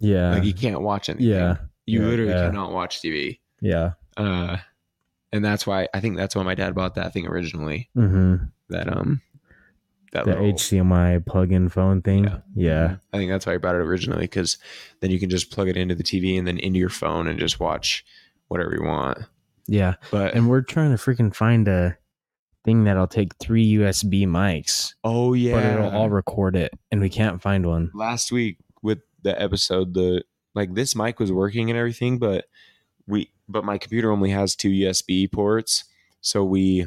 Speaker 1: Yeah.
Speaker 2: like you can't watch anything.
Speaker 1: yeah.
Speaker 2: you
Speaker 1: yeah,
Speaker 2: literally
Speaker 1: yeah.
Speaker 2: cannot watch TV.
Speaker 1: Yeah.
Speaker 2: Uh, and that's why I think that's why my dad bought that thing originally.
Speaker 1: Mm-hmm.
Speaker 2: That um, that
Speaker 1: The
Speaker 2: little,
Speaker 1: HDMI plug-in phone thing.
Speaker 2: Yeah.
Speaker 1: Yeah.
Speaker 2: I think that's why I bought it originally because then you can just plug it into the TV and then into your phone and just watch whatever you want.
Speaker 1: Yeah.
Speaker 2: But
Speaker 1: And we're trying to freaking find a thing that'll take three USB mics,
Speaker 2: oh yeah,
Speaker 1: but it'll all record it, and we can't find one.
Speaker 2: last week with the episode the like this mic was working and everything but we but my computer only has two usb ports so we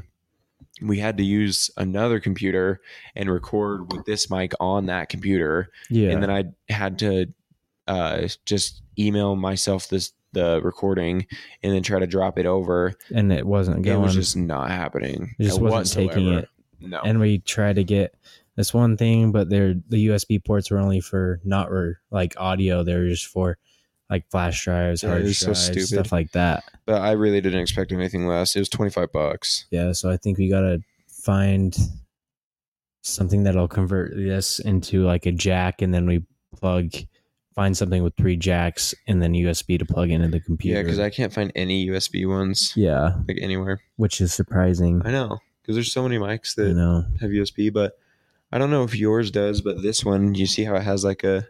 Speaker 2: we had to use another computer and record with this mic on that computer
Speaker 1: Yeah.
Speaker 2: and then i had to uh just email myself this the recording and then try to drop it over
Speaker 1: and it wasn't going.
Speaker 2: it was just not happening
Speaker 1: It just wasn't taking
Speaker 2: whatsoever.
Speaker 1: it.
Speaker 2: no
Speaker 1: and we tried to get this one thing, but they're the USB ports were only for not for like audio. They were just for like flash drives,
Speaker 2: Yeah,
Speaker 1: hard
Speaker 2: it
Speaker 1: drives,
Speaker 2: was so stupid.
Speaker 1: stuff like that.
Speaker 2: but i really didn't expect anything less it was 25 bucks
Speaker 1: Yeah, so I think we gotta find something that'll convert this into like a jack, and then we plug find something with three jacks and then USB to plug into the computer.
Speaker 2: Yeah, because I can't find any USB ones
Speaker 1: yeah,
Speaker 2: like anywhere.
Speaker 1: which is surprising.
Speaker 2: I know because there's so many mics
Speaker 1: You
Speaker 2: that
Speaker 1: know,
Speaker 2: have USB, but I don't know if yours does. But this one, you see how it has like a,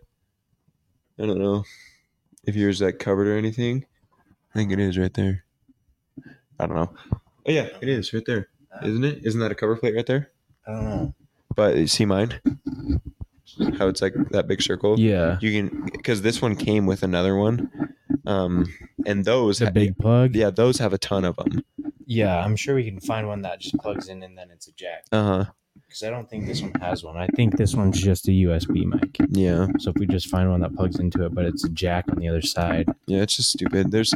Speaker 2: I don't know if yours like covered or anything. I think it is right there. I don't know. Oh yeah, it is right there, isn't it? Isn't that a cover plate right there?
Speaker 1: I don't know.
Speaker 2: But you see mine, how it's like that big circle.
Speaker 1: Yeah,
Speaker 2: You can because this one came with another one, um, and those
Speaker 1: the
Speaker 2: ha-
Speaker 1: big plug.
Speaker 2: yeah those have a ton of them.
Speaker 1: yeah, I'm sure we can find one that just plugs in and then it's a jack.
Speaker 2: Uh huh.
Speaker 1: Because I don't think this one has one. I think this one's just a USB mic.
Speaker 2: Yeah.
Speaker 1: So if we just find one that plugs into it, but it's a jack on the other side.
Speaker 2: Yeah. It's just stupid. There's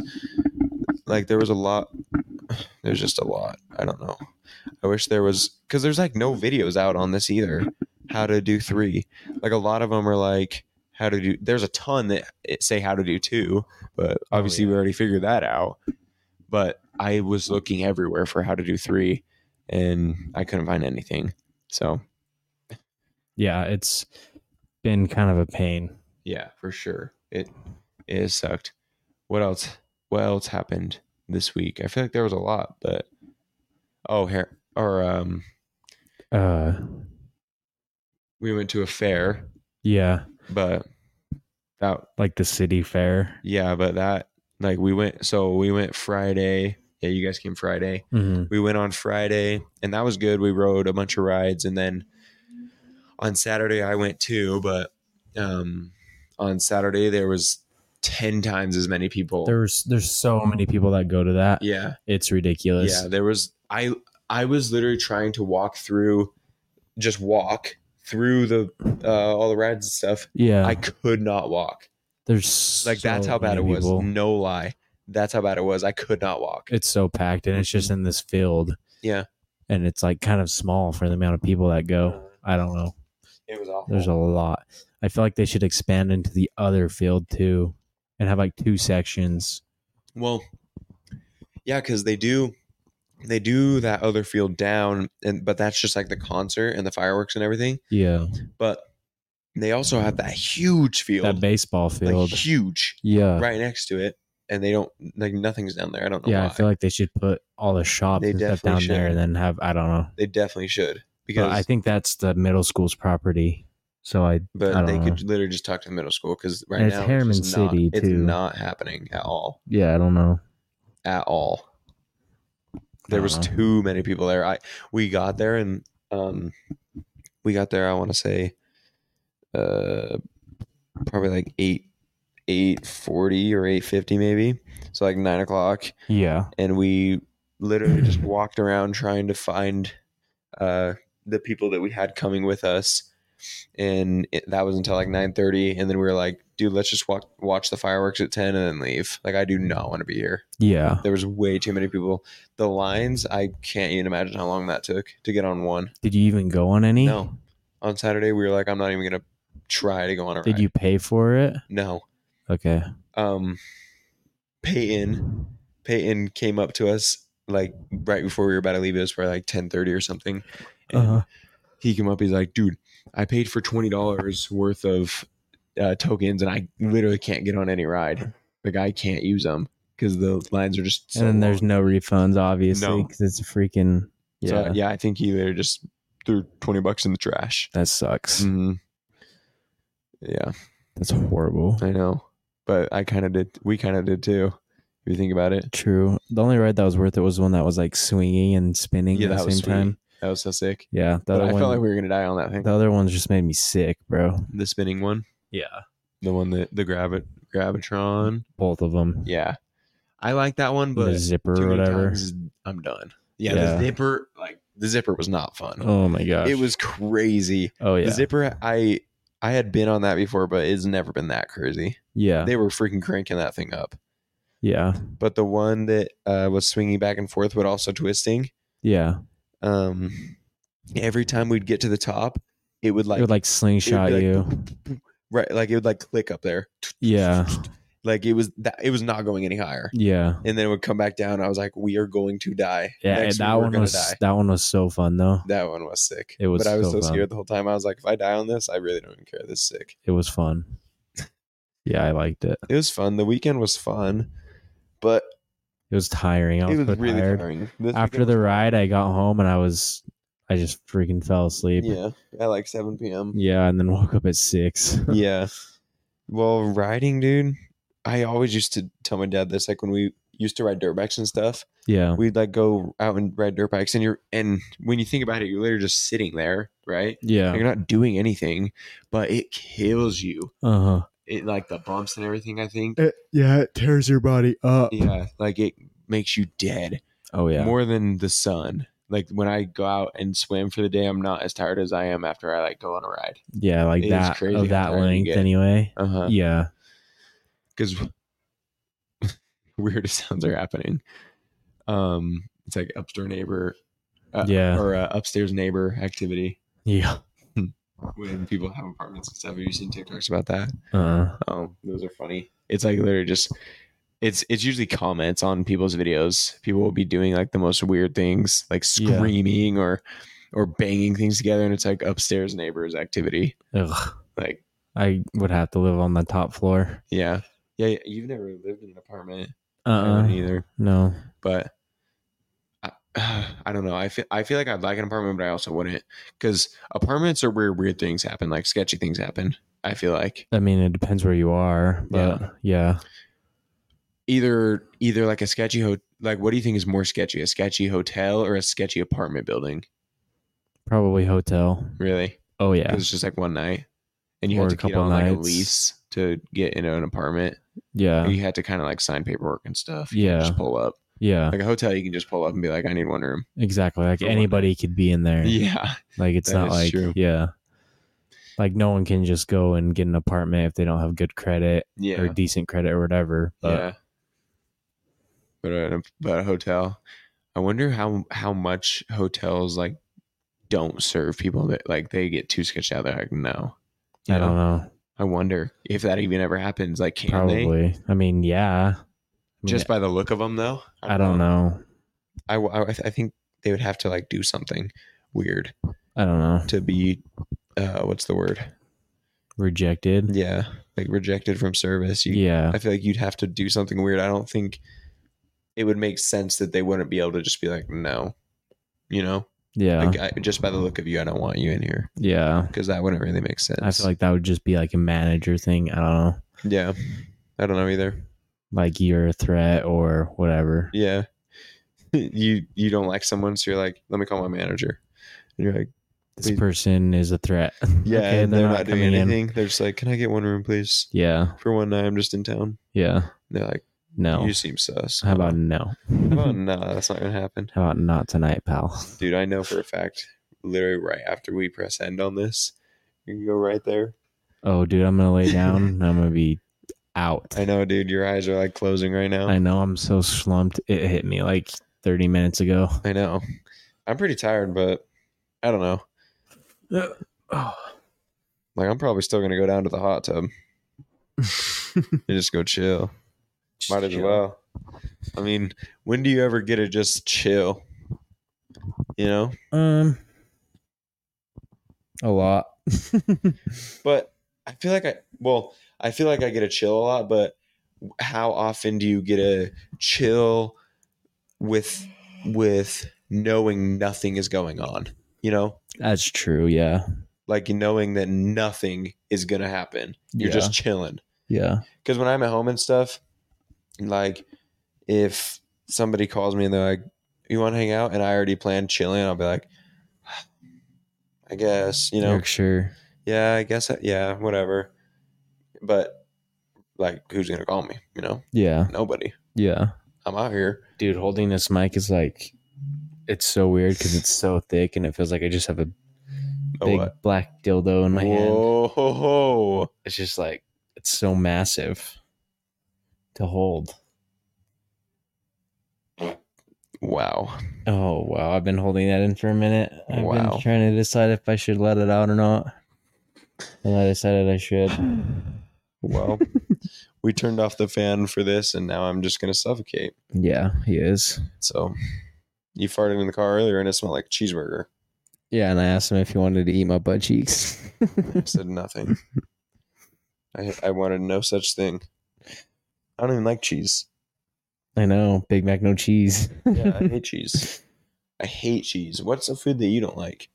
Speaker 2: like, there was a lot. There's just a lot. I don't know. I wish there was, because there's like no videos out on this either. How to do three. Like, a lot of them are like, how to do, there's a ton that it say how to do two, but
Speaker 1: Oh,
Speaker 2: obviously we
Speaker 1: yeah.
Speaker 2: already figured that out. But I was looking everywhere for how to do three and I couldn't find anything. So,
Speaker 1: Yeah, it's been kind of a pain.
Speaker 2: yeah, for sure. It it has sucked. What else? What else happened this week? I feel like there was a lot, but oh, here or um,
Speaker 1: Uh,
Speaker 2: we went to a fair,
Speaker 1: yeah,
Speaker 2: but that
Speaker 1: like the city fair.
Speaker 2: yeah, but that like we went. So we went Friday. Yeah, you guys came Friday.
Speaker 1: Mm-hmm.
Speaker 2: We went on Friday, and that was good. We rode a bunch of rides, and then on Saturday I went too. But um, on Saturday there was ten times as many people.
Speaker 1: There's there's so many people that go to that.
Speaker 2: yeah.
Speaker 1: It's ridiculous.
Speaker 2: Yeah, there was I I was literally trying to walk through just walk through the uh, all the rides and stuff.
Speaker 1: Yeah,
Speaker 2: I could not walk.
Speaker 1: there's
Speaker 2: Like that's
Speaker 1: so
Speaker 2: how bad it
Speaker 1: many
Speaker 2: was.
Speaker 1: people.
Speaker 2: No lie. That's how bad it was. I could not walk.
Speaker 1: It's so packed, and it's just in this field.
Speaker 2: Yeah.
Speaker 1: and it's like kind of small for the amount of people that go. I don't know.
Speaker 2: It was awful.
Speaker 1: Oh. There's a lot. I feel like they should expand into the other field too and have like two sections.
Speaker 2: well, yeah, cuz they do they do that other field down and but that's just like the concert and the fireworks and everything.
Speaker 1: Yeah.
Speaker 2: But they also have that huge field.
Speaker 1: That baseball
Speaker 2: like
Speaker 1: field.
Speaker 2: huge
Speaker 1: yeah.
Speaker 2: right next to it and they don't like nothing's down there. I don't know
Speaker 1: Yeah.
Speaker 2: why.
Speaker 1: I feel like they should put all the shops
Speaker 2: They
Speaker 1: and stuff down
Speaker 2: definitely
Speaker 1: there
Speaker 2: should.
Speaker 1: and then have, I don't know.
Speaker 2: They definitely should because
Speaker 1: But I think that's the middle school's property. So I,
Speaker 2: but
Speaker 1: I don't
Speaker 2: they
Speaker 1: know.
Speaker 2: could literally just talk to the middle school because right
Speaker 1: And it's
Speaker 2: now
Speaker 1: Harriman
Speaker 2: just not-
Speaker 1: City,
Speaker 2: It's
Speaker 1: too.
Speaker 2: not happening at all,
Speaker 1: yeah, I don't know.
Speaker 2: at all. There was
Speaker 1: Uh-huh.
Speaker 2: too many people there. I we got there and um we got there. I want to say uh probably like eight eight forty or eight fifty maybe. So like nine o'clock,
Speaker 1: Yeah.
Speaker 2: and we literally just walked around trying to find uh, the people that we had coming with us and it, that was until like 9.30 and then we were like dude let's just walk, watch the fireworks at 10 and then leave like i do
Speaker 1: Mm.
Speaker 2: not want to be here
Speaker 1: Yeah.
Speaker 2: there was way too many people the lines i can't even imagine how long that took to get on one
Speaker 1: Did you even go on any?
Speaker 2: no on saturday we were like i'm not even gonna try to go on a
Speaker 1: Did
Speaker 2: ride.
Speaker 1: you pay for it?
Speaker 2: no
Speaker 1: Okay.
Speaker 2: um Peyton Peyton came up to us like right before we were about to leave. It was probably like ten thirty or something. And
Speaker 1: Uh-huh.
Speaker 2: he came up, he's like, dude, I paid for twenty dollars worth of uh, tokens, and I literally can't get on any ride. Like I can't use them because the lines are just. so
Speaker 1: and then there's
Speaker 2: long.
Speaker 1: no refunds, obviously,
Speaker 2: No.
Speaker 1: because it's freaking. Yeah,
Speaker 2: So, yeah, I think he either just threw twenty bucks in the trash.
Speaker 1: that sucks.
Speaker 2: hmm Yeah,
Speaker 1: That's horrible.
Speaker 2: I know, but I kind of did. We kind of did too. If you think about it,
Speaker 1: True. The only ride that was worth it was one that was like swinging and spinning
Speaker 2: Yeah,
Speaker 1: at the
Speaker 2: that
Speaker 1: same
Speaker 2: was sweet.
Speaker 1: time.
Speaker 2: that was so sick.
Speaker 1: Yeah, the
Speaker 2: But
Speaker 1: other
Speaker 2: I
Speaker 1: one,
Speaker 2: felt like we were gonna die on that thing.
Speaker 1: the other ones just made me sick, bro.
Speaker 2: The spinning one,
Speaker 1: Yeah,
Speaker 2: the one that the gravit gravitron.
Speaker 1: both of them.
Speaker 2: Yeah, I like that one, but
Speaker 1: the zipper
Speaker 2: too
Speaker 1: or
Speaker 2: many
Speaker 1: whatever.
Speaker 2: times, I'm done. Yeah,
Speaker 1: Yeah.
Speaker 2: the zipper, like the zipper was not fun.
Speaker 1: Oh my gosh.
Speaker 2: it was crazy.
Speaker 1: Oh yeah.
Speaker 2: The zipper, I I had been on that before, but it's never been that crazy.
Speaker 1: yeah.
Speaker 2: They were freaking cranking that thing up.
Speaker 1: yeah.
Speaker 2: But the one that uh, was swinging back and forth, but also twisting.
Speaker 1: Yeah.
Speaker 2: Um, every time we'd get to the top, it would like,
Speaker 1: it would like
Speaker 2: it would
Speaker 1: slingshot
Speaker 2: be like,
Speaker 1: you.
Speaker 2: right, like it would like click up there.
Speaker 1: Yeah.
Speaker 2: Like it was that it was not going any higher.
Speaker 1: Yeah.
Speaker 2: And then it would come back down. I was like, we are going to die.
Speaker 1: Yeah.
Speaker 2: Next
Speaker 1: that
Speaker 2: week, we're
Speaker 1: one
Speaker 2: gonna
Speaker 1: was
Speaker 2: die.
Speaker 1: that one was so fun though.
Speaker 2: That one was sick.
Speaker 1: It was
Speaker 2: but I was
Speaker 1: so
Speaker 2: so
Speaker 1: fun.
Speaker 2: scared the whole time. I was like, if I die on this, I really don't even care. This is sick.
Speaker 1: It was fun. Yeah, I liked it.
Speaker 2: It was fun. The weekend was fun, but
Speaker 1: It was tiring. I was,
Speaker 2: it was
Speaker 1: so
Speaker 2: really
Speaker 1: tired.
Speaker 2: tiring. This
Speaker 1: After
Speaker 2: weekend
Speaker 1: the
Speaker 2: was-
Speaker 1: ride, I got home and I was I just freaking fell asleep.
Speaker 2: yeah, at like seven p.m.
Speaker 1: Yeah, and then woke up at six.
Speaker 2: yeah. Well, riding, dude. I always used to tell my dad this. Like when we used to ride dirt bikes and stuff,
Speaker 1: yeah.
Speaker 2: we'd like go out and ride dirt bikes, and you're and when you think about it, you're literally just sitting there, right?
Speaker 1: Yeah.
Speaker 2: You're not doing anything, but it kills you.
Speaker 1: Uh
Speaker 2: It like the bumps and everything. I think.
Speaker 1: huh. Eh, Yeah, it tears your body up.
Speaker 2: Yeah, like it makes you dead
Speaker 1: Oh yeah.
Speaker 2: more than the sun. Like when I go out and swim for the day, I'm not as tired as I am after I like go on a ride.
Speaker 1: yeah, like
Speaker 2: It is
Speaker 1: that
Speaker 2: crazy
Speaker 1: of
Speaker 2: how
Speaker 1: that
Speaker 2: tired you
Speaker 1: length
Speaker 2: get.
Speaker 1: anyway.
Speaker 2: Uh huh.
Speaker 1: Yeah.
Speaker 2: Because weird sounds are happening. Um, it's like upstairs neighbor, uh,
Speaker 1: Yeah.
Speaker 2: or uh, upstairs neighbor activity
Speaker 1: Yeah.
Speaker 2: when people have apartments and stuff. Have you seen TikToks about that?
Speaker 1: Uh
Speaker 2: Um, those are funny. It's like literally just. It's it's usually comments on people's videos. People will be doing like the most weird things, like
Speaker 1: Yeah.
Speaker 2: screaming or or banging things together, and it's like upstairs neighbors activity.
Speaker 1: ugh.
Speaker 2: Like
Speaker 1: I would have to live on the top floor.
Speaker 2: yeah, yeah. yeah, You've never lived in an apartment
Speaker 1: Uh
Speaker 2: I
Speaker 1: uh
Speaker 2: haven't either,
Speaker 1: No.
Speaker 2: but I, I don't know. I feel I feel like I'd like an apartment, but I also wouldn't because apartments are where weird things happen, like sketchy things happen. I feel like
Speaker 1: I mean, it depends where you are, but yeah.
Speaker 2: either either like a sketchy ho- like what do you think is more sketchy, a sketchy hotel or a sketchy apartment building?
Speaker 1: probably hotel.
Speaker 2: Really?
Speaker 1: Oh
Speaker 2: 'Cause
Speaker 1: yeah,
Speaker 2: it's just like one night, and you
Speaker 1: Or
Speaker 2: have
Speaker 1: a
Speaker 2: to get
Speaker 1: couple
Speaker 2: on like a
Speaker 1: nights.
Speaker 2: lease to get into an apartment.
Speaker 1: yeah,
Speaker 2: You had to kind of like sign paperwork and stuff. You
Speaker 1: Yeah.
Speaker 2: can't just pull up
Speaker 1: yeah.
Speaker 2: like a hotel. You can just pull up and be like, I need one room.
Speaker 1: Exactly. Like
Speaker 2: for one
Speaker 1: anybody could be in there.
Speaker 2: Yeah,
Speaker 1: Like it's
Speaker 2: that
Speaker 1: not
Speaker 2: is
Speaker 1: like
Speaker 2: true.
Speaker 1: yeah, like no one can just go and get an apartment if they don't have good credit
Speaker 2: yeah.
Speaker 1: or decent credit or whatever. But
Speaker 2: yeah. But a, but a hotel. I wonder how how much hotels like don't serve people that like they get too sketched out. They're like, no. You
Speaker 1: I don't know.
Speaker 2: I wonder if that even ever happens. Like, can they?
Speaker 1: Probably. I mean, yeah. I mean,
Speaker 2: Just by the look of them, though.
Speaker 1: I don't know.
Speaker 2: I w- I, I think they would have to like do something weird
Speaker 1: I don't know.
Speaker 2: to be. Uh, what's the word?
Speaker 1: Rejected.
Speaker 2: Yeah, like rejected from service. You,
Speaker 1: Yeah.
Speaker 2: I feel like you'd have to do something weird. I don't think it would make sense that they wouldn't be able to just be like, no, you know,
Speaker 1: Yeah.
Speaker 2: like I, just by the look of you, I don't want you in here
Speaker 1: yeah.
Speaker 2: because that wouldn't really make sense.
Speaker 1: I feel like that would just be like a manager thing. I don't know.
Speaker 2: yeah, I don't know either.
Speaker 1: Like you're a threat or whatever.
Speaker 2: Yeah, you you don't like someone, so you're like, let me call my manager. And you're like,
Speaker 1: This
Speaker 2: we-
Speaker 1: person is a threat.
Speaker 2: yeah,
Speaker 1: Okay,
Speaker 2: and they're, not, doing
Speaker 1: coming in.
Speaker 2: anything. They're just like, can I get one room, please,
Speaker 1: Yeah.
Speaker 2: for one night? I'm just in town.
Speaker 1: Yeah.
Speaker 2: And they're like,
Speaker 1: No.
Speaker 2: you seem sus.
Speaker 1: How about no?
Speaker 2: How about no? That's not gonna happen.
Speaker 1: How about not tonight, pal?
Speaker 2: Dude, I know for a fact, literally right after we press end on this, you can go right there.
Speaker 1: Oh, dude, I'm gonna lay down. and I'm gonna be out.
Speaker 2: I know, dude, your eyes are like closing right now.
Speaker 1: I know I'm so slumped. It hit me like 30 minutes ago.
Speaker 2: I know. I'm pretty tired, but I don't know. Like, I'm probably still going to go down to the hot tub and just go chill. Might as well. I mean, when do you ever get to just chill? You know?
Speaker 1: Um, a lot.
Speaker 2: But I feel like I well, I feel like I get a chill a lot, but how often do you get a chill with with knowing nothing is going on? You know,
Speaker 1: That's true. Yeah.
Speaker 2: like knowing that nothing is gonna happen. You're
Speaker 1: yeah.
Speaker 2: just chilling.
Speaker 1: yeah.
Speaker 2: because when I'm at home and stuff, like if somebody calls me and they're like, "You want to hang out?" and I already planned chilling, I'll be like, "I guess," you know,
Speaker 1: For sure.
Speaker 2: yeah, I guess, I, yeah, whatever. But like, who's gonna call me? You know,
Speaker 1: Yeah.
Speaker 2: nobody.
Speaker 1: Yeah.
Speaker 2: I'm out here.
Speaker 1: Dude, holding this mic is like it's so weird because it's so thick and it feels like I just have a
Speaker 2: A
Speaker 1: big
Speaker 2: Oh, what?
Speaker 1: black dildo in my hand.
Speaker 2: Whoa! ho, ho.
Speaker 1: It's just like it's so massive to hold.
Speaker 2: Wow!
Speaker 1: Oh wow, I've been holding that in for a minute. I've
Speaker 2: Wow.
Speaker 1: been trying to decide if I should let it out or not. And I decided I should.
Speaker 2: Well, we turned off the fan for this, and now I'm just gonna suffocate.
Speaker 1: Yeah, he is.
Speaker 2: So, you farted in the car earlier, and it smelled like cheeseburger.
Speaker 1: Yeah, and I asked him if he wanted to eat my butt cheeks.
Speaker 2: I said nothing. I I wanted no such thing. I don't even like cheese.
Speaker 1: I know. Big Mac no cheese.
Speaker 2: Yeah, I hate cheese. I hate cheese. What's a food that you don't like?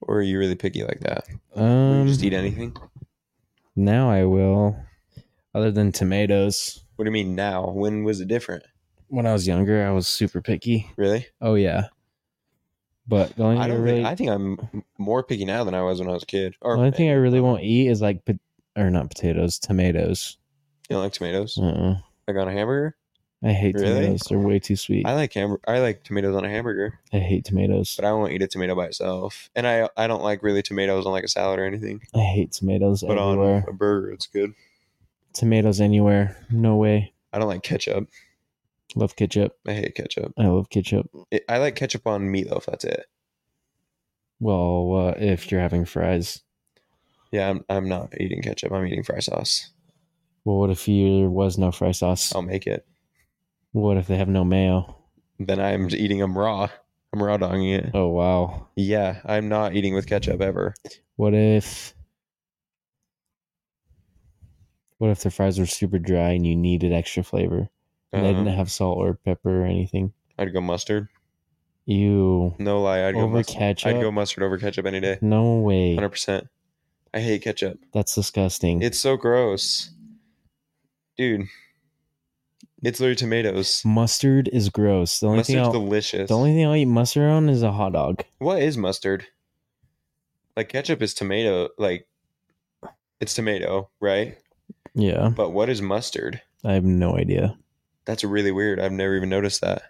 Speaker 2: Or are you really picky like that? Will you
Speaker 1: um
Speaker 2: just eat anything?
Speaker 1: now I will. Other than tomatoes.
Speaker 2: What do you mean now? When was it different?
Speaker 1: when I was younger, I was super picky.
Speaker 2: Really?
Speaker 1: Oh yeah, but the only
Speaker 2: I
Speaker 1: thing I,
Speaker 2: don't.
Speaker 1: really,
Speaker 2: Think, I think I'm m- more picky now than I was when I was a kid.
Speaker 1: the
Speaker 2: Or
Speaker 1: only thing I really won't eat is like, pot- or not potatoes, tomatoes.
Speaker 2: you don't like tomatoes?
Speaker 1: Uh-uh.
Speaker 2: Like on a hamburger?
Speaker 1: I hate
Speaker 2: Really?
Speaker 1: tomatoes; they're way too sweet.
Speaker 2: I like ham- I like tomatoes on a hamburger,
Speaker 1: I hate tomatoes.
Speaker 2: but I won't eat a tomato by itself. And I I don't like really tomatoes on like a salad or anything.
Speaker 1: I hate tomatoes
Speaker 2: But
Speaker 1: everywhere.
Speaker 2: on a burger, it's good.
Speaker 1: Tomatoes anywhere? No way.
Speaker 2: I don't like ketchup.
Speaker 1: Love ketchup.
Speaker 2: I hate ketchup.
Speaker 1: I love ketchup.
Speaker 2: It, I like ketchup on meatloaf. That's it.
Speaker 1: Well, uh, if you're having fries,
Speaker 2: Yeah, I'm, I'm not eating ketchup. I'm eating fry sauce.
Speaker 1: well, what if there was no fry sauce?
Speaker 2: I'll make it.
Speaker 1: What if they have no mayo?
Speaker 2: Then I'm just eating them raw. I'm raw dogging it.
Speaker 1: Oh wow.
Speaker 2: Yeah, I'm not eating with ketchup ever.
Speaker 1: What if What if the fries were super dry and you needed extra flavor? And they
Speaker 2: Uh-huh.
Speaker 1: didn't have salt or pepper or anything.
Speaker 2: I'd go mustard.
Speaker 1: Ew.
Speaker 2: No lie, I'd go
Speaker 1: Over
Speaker 2: mustard.
Speaker 1: ketchup?
Speaker 2: I'd go mustard over ketchup any day.
Speaker 1: no way.
Speaker 2: 100%. I hate ketchup.
Speaker 1: That's disgusting.
Speaker 2: It's so gross. Dude, it's literally tomatoes.
Speaker 1: mustard is gross. The only thing
Speaker 2: Mustard's
Speaker 1: I'll,
Speaker 2: delicious.
Speaker 1: the only thing I'll eat mustard on is a hot dog.
Speaker 2: What is mustard? Like ketchup is tomato, like it's tomato, right?
Speaker 1: Yeah.
Speaker 2: But what is mustard?
Speaker 1: I have no idea.
Speaker 2: That's really weird. I've never even noticed that.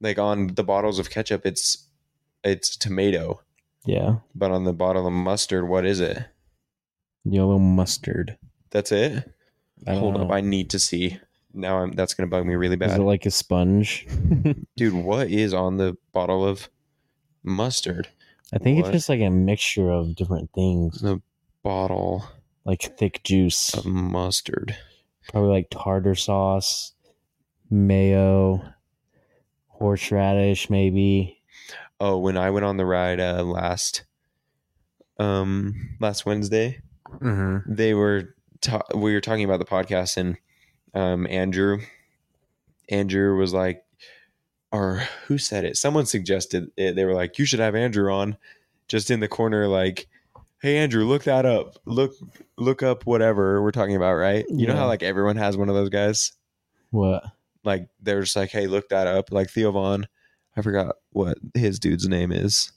Speaker 2: Like on the bottles of ketchup, it's it's tomato,
Speaker 1: Yeah.
Speaker 2: but on the bottle of mustard, what is it?
Speaker 1: Yellow mustard.
Speaker 2: That's it.
Speaker 1: I don't
Speaker 2: Hold
Speaker 1: know.
Speaker 2: up, I need to see. Now I'm that's gonna bug me really
Speaker 1: is
Speaker 2: bad,
Speaker 1: it like a sponge?
Speaker 2: dude. What is on the bottle of mustard?
Speaker 1: I think
Speaker 2: What?
Speaker 1: it's just like a mixture of different things,
Speaker 2: The bottle
Speaker 1: like thick juice.
Speaker 2: of mustard.
Speaker 1: probably like tartar sauce, mayo, horseradish, maybe.
Speaker 2: Oh, when I went on the ride uh, last, um, last Wednesday,
Speaker 1: Mm-hmm.
Speaker 2: they were ta- we were talking about the podcast and um andrew andrew was like or who said it someone suggested it they were like you should have andrew on just in the corner like hey andrew look that up look look up whatever we're talking about right you know
Speaker 1: Yeah.
Speaker 2: how like everyone has one of those guys
Speaker 1: What?
Speaker 2: like they're just like hey look that up like theo vaughn i forgot what his dude's name is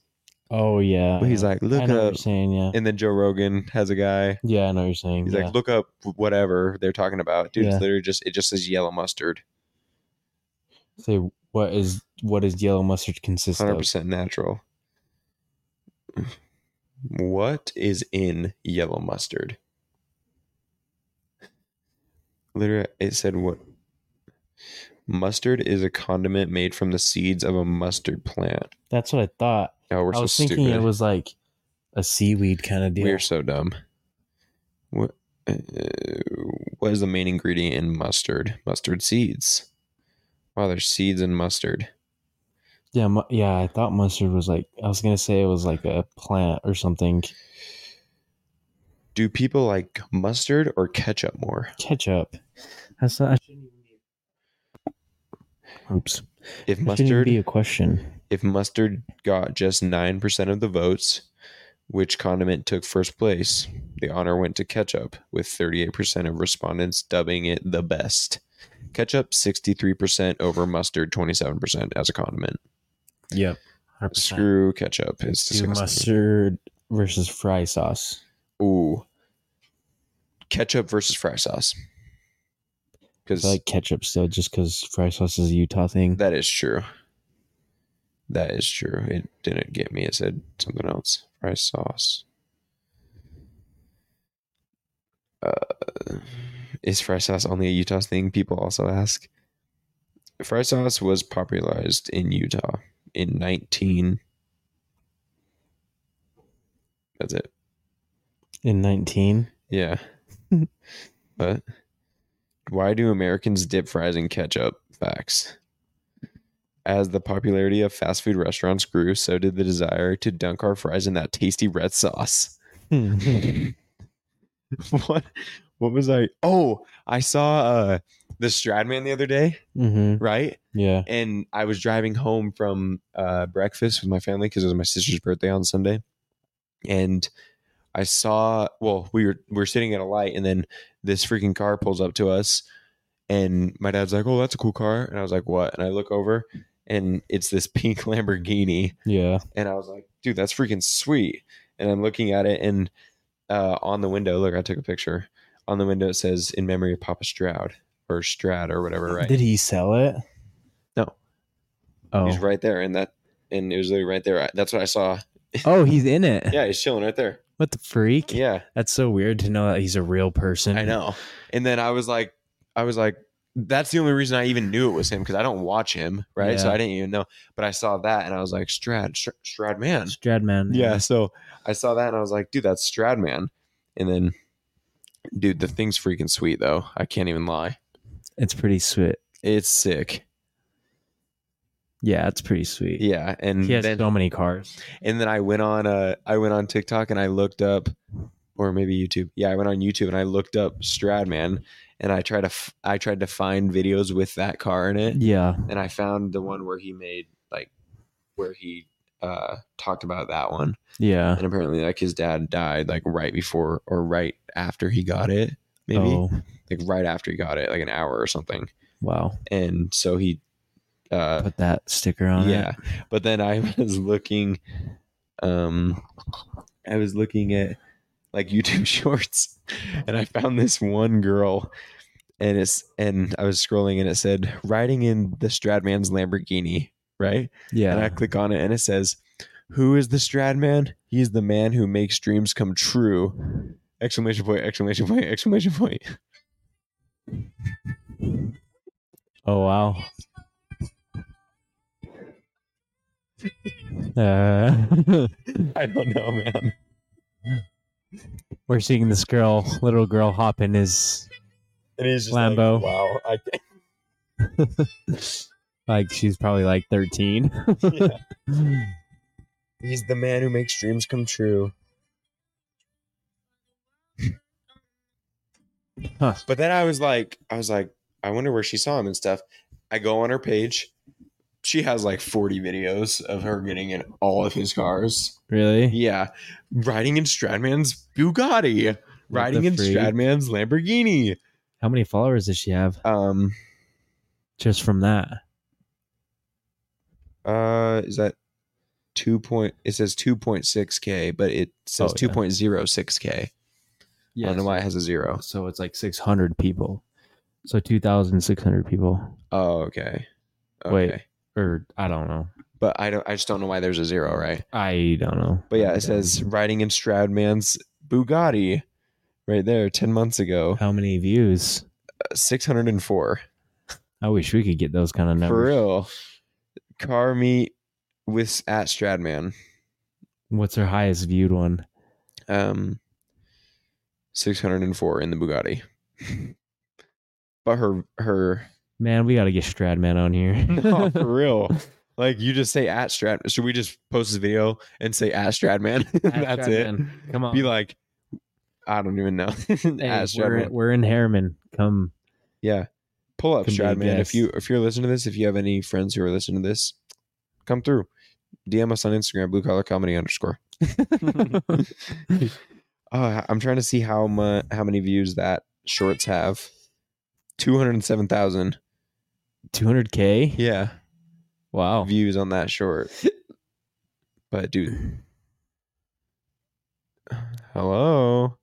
Speaker 1: Oh yeah.
Speaker 2: but he's like
Speaker 1: I
Speaker 2: look
Speaker 1: know what
Speaker 2: up
Speaker 1: you're saying. Yeah.
Speaker 2: and then joe rogan has a guy
Speaker 1: yeah, I know what you're saying.
Speaker 2: He's
Speaker 1: yeah.
Speaker 2: like, look up whatever they're talking about, dude.
Speaker 1: Yeah.
Speaker 2: It's literally just it just says yellow mustard,
Speaker 1: say what is what is yellow mustard consist
Speaker 2: hundred
Speaker 1: of?
Speaker 2: percent natural. What is in yellow mustard? Literally, it said what mustard is a condiment made from the seeds of a mustard plant.
Speaker 1: That's what I thought.
Speaker 2: Oh, we're
Speaker 1: I
Speaker 2: so
Speaker 1: was thinking
Speaker 2: stupid.
Speaker 1: it was like a seaweed kind of deal.
Speaker 2: We're so dumb. What? Uh, what is the main ingredient in mustard? Mustard seeds. Wow, there's seeds in mustard.
Speaker 1: Yeah, mu- yeah. I thought mustard was like I was gonna say it was like a plant or something.
Speaker 2: Do people like mustard or ketchup more?
Speaker 1: Ketchup. That's not, I shouldn't even be. Oops. That shouldn't
Speaker 2: If
Speaker 1: even
Speaker 2: mustard,
Speaker 1: be a question.
Speaker 2: if mustard got just nine percent of the votes, which condiment took first place? The honor went to ketchup, with thirty-eight percent of respondents dubbing it the best. Ketchup sixty-three percent over mustard twenty-seven percent as a condiment.
Speaker 1: Yep.
Speaker 2: Screw ketchup. It's disgusting.
Speaker 1: mustard versus fry sauce.
Speaker 2: Ooh. Ketchup versus fry sauce. Because
Speaker 1: I like ketchup still, just because fry sauce is a Utah thing.
Speaker 2: that is true. That is true. It didn't get me. It said something else. Fry sauce. Uh, is fry sauce only a Utah thing? People also ask. Fry sauce was popularized in Utah in 19. That's it.
Speaker 1: In nineteen,
Speaker 2: Yeah. but why do Americans dip fries in ketchup? Facts. As the popularity of fast food restaurants grew, so did the desire to dunk our fries in that tasty red sauce.
Speaker 1: Mm-hmm,
Speaker 2: what what was I Oh, I saw uh the Stradman the other day,
Speaker 1: mm-hmm.
Speaker 2: right?
Speaker 1: yeah,
Speaker 2: and I was driving home from uh, breakfast with my family because it was my sister's birthday on Sunday, and I saw. Well, we were we were sitting at a light, and then this freaking car pulls up to us, and my dad's like, "Oh, that's a cool car," and I was like, "What?" And I look over, and it's this pink Lamborghini,
Speaker 1: yeah.
Speaker 2: and I was like, dude, that's freaking sweet. And I'm looking at it, and uh, on the window, look, I took a picture. On the window, it says "In memory of Papa Stroud" or Strad or whatever, right?
Speaker 1: Did he sell it?
Speaker 2: No.
Speaker 1: Oh,
Speaker 2: He's right there, and that, and it was literally right there. I- That's what I saw.
Speaker 1: oh, he's in it.
Speaker 2: Yeah, he's chilling right there.
Speaker 1: What the freak?
Speaker 2: Yeah,
Speaker 1: That's so weird to know that he's a real person.
Speaker 2: I know. And then I was like, I was like, that's the only reason I even knew it was him because I don't watch him, right? So
Speaker 1: Yeah.
Speaker 2: I didn't even know. But I saw that, and I was like, Strad, Str- Strad man.
Speaker 1: Stradman.
Speaker 2: Yeah, so I saw that and I was like, dude, that's Stradman. And then, dude, the thing's freaking sweet though. I can't even lie.
Speaker 1: it's pretty sweet.
Speaker 2: It's sick.
Speaker 1: Yeah, it's pretty sweet.
Speaker 2: Yeah, and
Speaker 1: He has
Speaker 2: then
Speaker 1: so many cars.
Speaker 2: and then I went on uh I went on TikTok and I looked up, or maybe YouTube. Yeah, I went on YouTube and I looked up Stradman and I tried to f- I tried to find videos with that car in it
Speaker 1: Yeah,
Speaker 2: and I found the one where he made like where he uh talked about that one
Speaker 1: yeah.
Speaker 2: and apparently like his dad died like right before or right after he got it maybe
Speaker 1: Oh,
Speaker 2: like right after he got it, like an hour or something.
Speaker 1: wow.
Speaker 2: And so he, uh,
Speaker 1: Put that sticker on
Speaker 2: yeah. But then I was looking, um, I was looking at like YouTube shorts, and I found this one girl, and it's and I was scrolling, and it said riding in the Stradman's Lamborghini, right?
Speaker 1: it. Yeah.
Speaker 2: And I click on it, and it says, "Who is the Stradman? He's the man who makes dreams come true!" Exclamation point! Exclamation point! Exclamation point!
Speaker 1: Oh wow. Uh,
Speaker 2: I don't know, man.
Speaker 1: we're seeing this girl, little girl, hop in his
Speaker 2: And he's just
Speaker 1: Lambo.
Speaker 2: like, wow. I can't.
Speaker 1: like she's probably like thirteen.
Speaker 2: He's the man who makes dreams come true.
Speaker 1: Huh.
Speaker 2: But then I was like, I was like, I wonder where she saw him and stuff. I go on her page. She has like 40 videos of her getting in all of his cars.
Speaker 1: Really?
Speaker 2: Yeah. Riding in Stradman's Bugatti. riding in
Speaker 1: freak?
Speaker 2: Stradman's Lamborghini.
Speaker 1: How many followers does she have
Speaker 2: Um,
Speaker 1: just from that?
Speaker 2: uh, is that two point? It says 2.6K, but it says
Speaker 1: Oh, yeah.
Speaker 2: 2.06K. I don't know why it has a zero.
Speaker 1: So it's like six hundred people. So two thousand six hundred people,
Speaker 2: Oh, okay. okay.
Speaker 1: Wait. or I don't know.
Speaker 2: But I don't I just don't know why there's a zero, right?
Speaker 1: I don't know.
Speaker 2: But yeah,
Speaker 1: I'm
Speaker 2: it says riding in Stroudman's Bugatti right there 10 months ago. uh,
Speaker 1: dumb. how many views?
Speaker 2: 604.
Speaker 1: I wish we could get those kind of numbers.
Speaker 2: For real. Car meet with at Stradman.
Speaker 1: What's her highest viewed one?
Speaker 2: Um 604 in the Bugatti. but her her
Speaker 1: Man, we got to get Stradman on here.
Speaker 2: no, Oh, for real. Like you just say at Strad. Should we just post this video and say at Stradman?
Speaker 1: At
Speaker 2: That's it.
Speaker 1: Stradman. Come on.
Speaker 2: be like I don't even know.
Speaker 1: Hey,
Speaker 2: Ask
Speaker 1: we're,
Speaker 2: Stradman.
Speaker 1: we're in Harriman. Come.
Speaker 2: Yeah. Pull up
Speaker 1: Can be a
Speaker 2: Stradman. If
Speaker 1: guest.
Speaker 2: you if you're listening to this, if you have any friends who are listening to this, come through. DM us on Instagram, blue collar comedy underscore. Uh, I'm trying to see how much how many views that shorts have. Two hundred seven thousand.
Speaker 1: 200K?
Speaker 2: Yeah,
Speaker 1: Wow.
Speaker 2: views on that short. But dude, hello.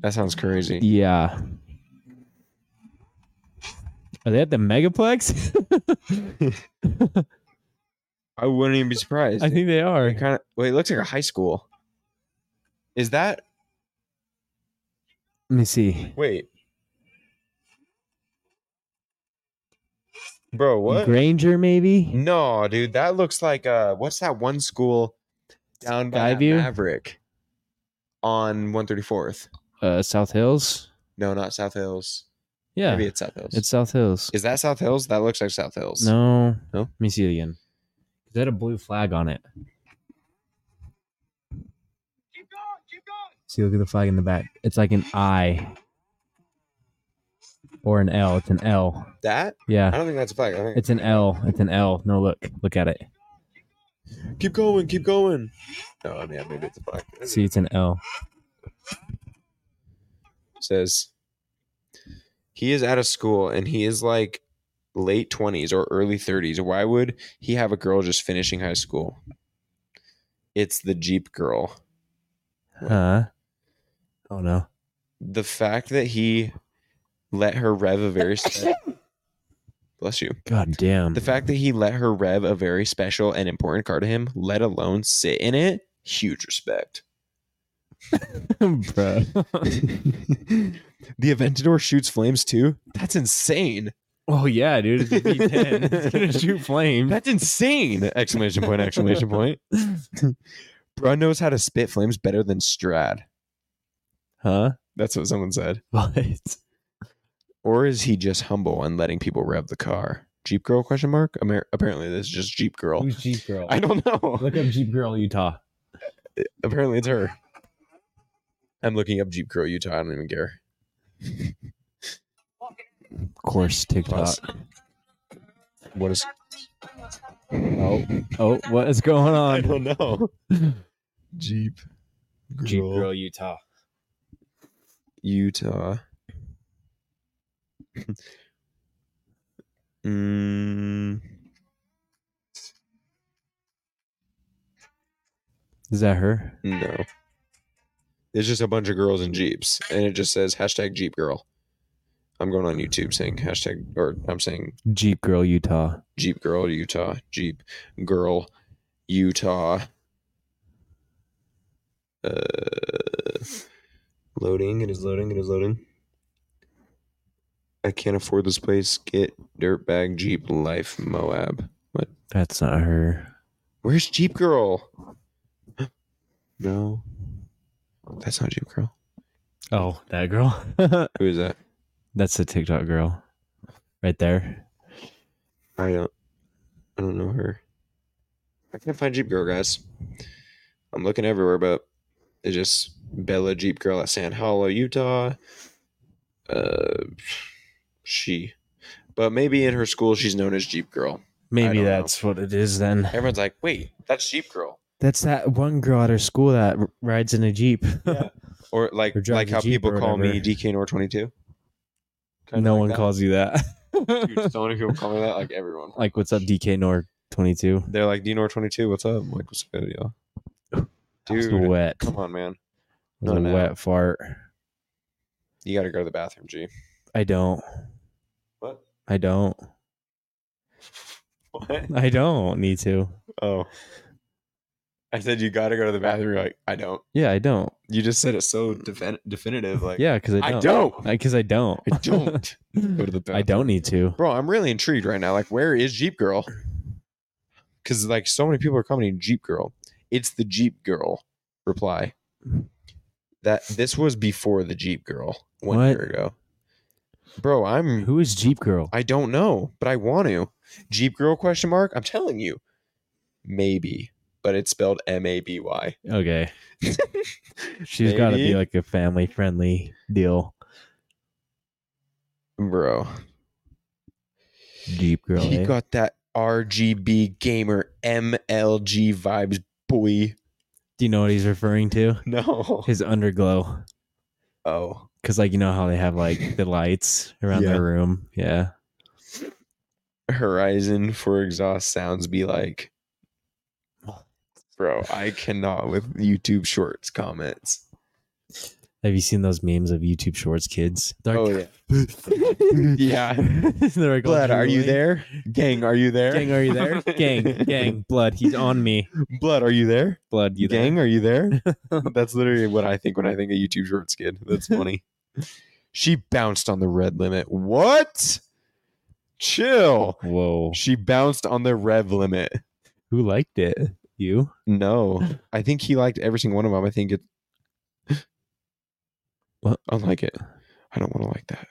Speaker 2: That sounds crazy.
Speaker 1: Yeah. Are they at the Megaplex?
Speaker 2: I wouldn't even be surprised.
Speaker 1: I think they are.
Speaker 2: It kind of wait. It looks like a high school. Is that
Speaker 1: Let me see.
Speaker 2: wait, bro? What?
Speaker 1: Granger, maybe?
Speaker 2: No, dude, that looks like uh, what's that one school down by that
Speaker 1: Skyview?
Speaker 2: Maverick on one thirty fourth?
Speaker 1: Uh, South Hills?
Speaker 2: No, not South Hills.
Speaker 1: Yeah.
Speaker 2: Maybe it's South Hills.
Speaker 1: It's South Hills.
Speaker 2: is that South Hills? That looks like South Hills.
Speaker 1: No.
Speaker 2: No?
Speaker 1: Let me see it again. Is that a blue flag on it?
Speaker 3: Keep going, keep going.
Speaker 1: See, look at the flag in the back. It's like an I or an L. It's an L.
Speaker 2: that I
Speaker 1: Yeah.
Speaker 2: don't think that's a flag. I think
Speaker 1: It's an L. It's an L. No, look. Look at it.
Speaker 2: keep going, keep going. No, I mean, yeah, maybe it's a flag.
Speaker 1: See, it's an L.
Speaker 2: says he is out of school and he is like late 20s or early 30s why would he have a girl just finishing high school it's the jeep girl
Speaker 1: Huh? Oh, no.
Speaker 2: the fact that he let her rev a very spe- bless you
Speaker 1: God damn.
Speaker 2: the fact that he let her rev a very special and important car to him let alone sit in it huge respect
Speaker 1: Bruh.
Speaker 2: the aventador shoots flames too that's insane
Speaker 1: oh, yeah, dude. It's a V10. It's going to shoot flames.
Speaker 2: That's insane! Exclamation point! Exclamation point! Bro knows how to spit flames better than Strad.
Speaker 1: Huh?
Speaker 2: That's what someone said.
Speaker 1: What?
Speaker 2: Or is he just humble and letting people rev the car? Jeep girl? Question mark. Amer- apparently, this is just Jeep girl.
Speaker 1: Who's Jeep Girl?
Speaker 2: I don't know.
Speaker 1: Look up Jeep Girl Utah.
Speaker 2: Apparently, it's her. I'm looking up Jeep girl Utah. I don't even care.
Speaker 1: Of course, TikTok.
Speaker 2: What is?
Speaker 1: Oh, oh, what is going
Speaker 2: I
Speaker 1: on?
Speaker 2: don't know. Jeep.
Speaker 1: Jeep Girl Utah.
Speaker 2: Utah. mm,
Speaker 1: Is that her?
Speaker 2: no. It's just a bunch of girls in Jeeps. And it just says hashtag Jeep girl. I'm going on YouTube saying hashtag, or I'm saying
Speaker 1: Jeep Girl Utah.
Speaker 2: Jeep girl Utah, Jeep girl Utah. Uh, loading. It is loading. It is loading. I can't afford this place. Get dirtbag Jeep life Moab.
Speaker 1: That's not her.
Speaker 2: Where's Jeep Girl? no. That's not Jeep Girl.
Speaker 1: Oh, that girl.
Speaker 2: Who is that?
Speaker 1: That's the TikTok girl, right there.
Speaker 2: I don't I don't know her. I can't find Jeep Girl, guys. I'm looking everywhere, but it's just Bella Jeep Girl at San Hollow, Utah. Uh she. But maybe in her school she's known as Jeep Girl. I
Speaker 1: Maybe
Speaker 2: don't
Speaker 1: that's what it is then.
Speaker 2: Everyone's like, wait, that's Jeep Girl.
Speaker 1: That's that one girl at her school that r- rides in a jeep.
Speaker 2: Or like
Speaker 1: Or drives
Speaker 2: like
Speaker 1: a
Speaker 2: how
Speaker 1: Jeep
Speaker 2: people
Speaker 1: or
Speaker 2: call me
Speaker 1: whatever.
Speaker 2: DK Nor twenty two.
Speaker 1: no one calls you that.
Speaker 2: Dude, so many people call me that, like everyone.
Speaker 1: like, what's up, DK Nor twenty two?
Speaker 2: They're like, "Do you know 22? What's up?" I'm like, "What's good, y'all?" Dude,
Speaker 1: Wet,
Speaker 2: come on, man.
Speaker 1: It was
Speaker 2: No,
Speaker 1: a
Speaker 2: no.
Speaker 1: wet fart.
Speaker 2: You got to go to the bathroom, G.
Speaker 1: I don't.
Speaker 2: What?
Speaker 1: I don't.
Speaker 2: What?
Speaker 1: I don't need to.
Speaker 2: Oh, I said you got to go to the bathroom. You're like, I don't.
Speaker 1: Yeah, I don't.
Speaker 2: You just said it so defin- definitive. Like,
Speaker 1: Yeah, because
Speaker 2: I don't.
Speaker 1: Because I don't.
Speaker 2: I don't go to the bathroom.
Speaker 1: I don't need to.
Speaker 2: Bro, I'm really intrigued right now. Like, where is Jeep Girl? Because like so many people are commenting Jeep Girl. It's the Jeep Girl reply. That this was before the Jeep Girl one
Speaker 1: What?
Speaker 2: year ago. Bro, I'm
Speaker 1: Who is Jeep Girl?
Speaker 2: I don't know, but I want to. Jeep girl question mark? I'm telling you. Maybe. but it's spelled M A B Y.
Speaker 1: Okay. She's got to be
Speaker 2: Maybe.
Speaker 1: like a family friendly deal.
Speaker 2: Bro,
Speaker 1: Jeep girl.
Speaker 2: he
Speaker 1: eh?
Speaker 2: got that RGB gamer MLG vibes, boy.
Speaker 1: Do you know what he's referring to?
Speaker 2: No.
Speaker 1: His underglow.
Speaker 2: Oh,
Speaker 1: Cause like you know how they have like the lights around
Speaker 2: Yeah.
Speaker 1: their room. Yeah.
Speaker 2: Horizon for exhaust sounds be like. Bro, I cannot with YouTube Shorts comments.
Speaker 1: Have you seen those memes of YouTube Shorts kids? They're
Speaker 2: Oh
Speaker 1: like,
Speaker 2: yeah, yeah.
Speaker 1: They're like all
Speaker 2: Blood, are you
Speaker 1: drooling.
Speaker 2: there? Gang, uh, are you there?
Speaker 1: Gang, are you there? gang, gang, blood, he's on me.
Speaker 2: Blood, are you there?
Speaker 1: Blood, you there?
Speaker 2: gang, are you there? That's literally what I think when I think of YouTube Shorts kid. That's funny. she bounced on the red limit. What? Chill.
Speaker 1: Whoa.
Speaker 2: She bounced on the rev limit.
Speaker 1: Who liked it? You?
Speaker 2: No, I think he liked every single one of them. I think it.
Speaker 1: What?
Speaker 2: I don't like it. I don't want to like that.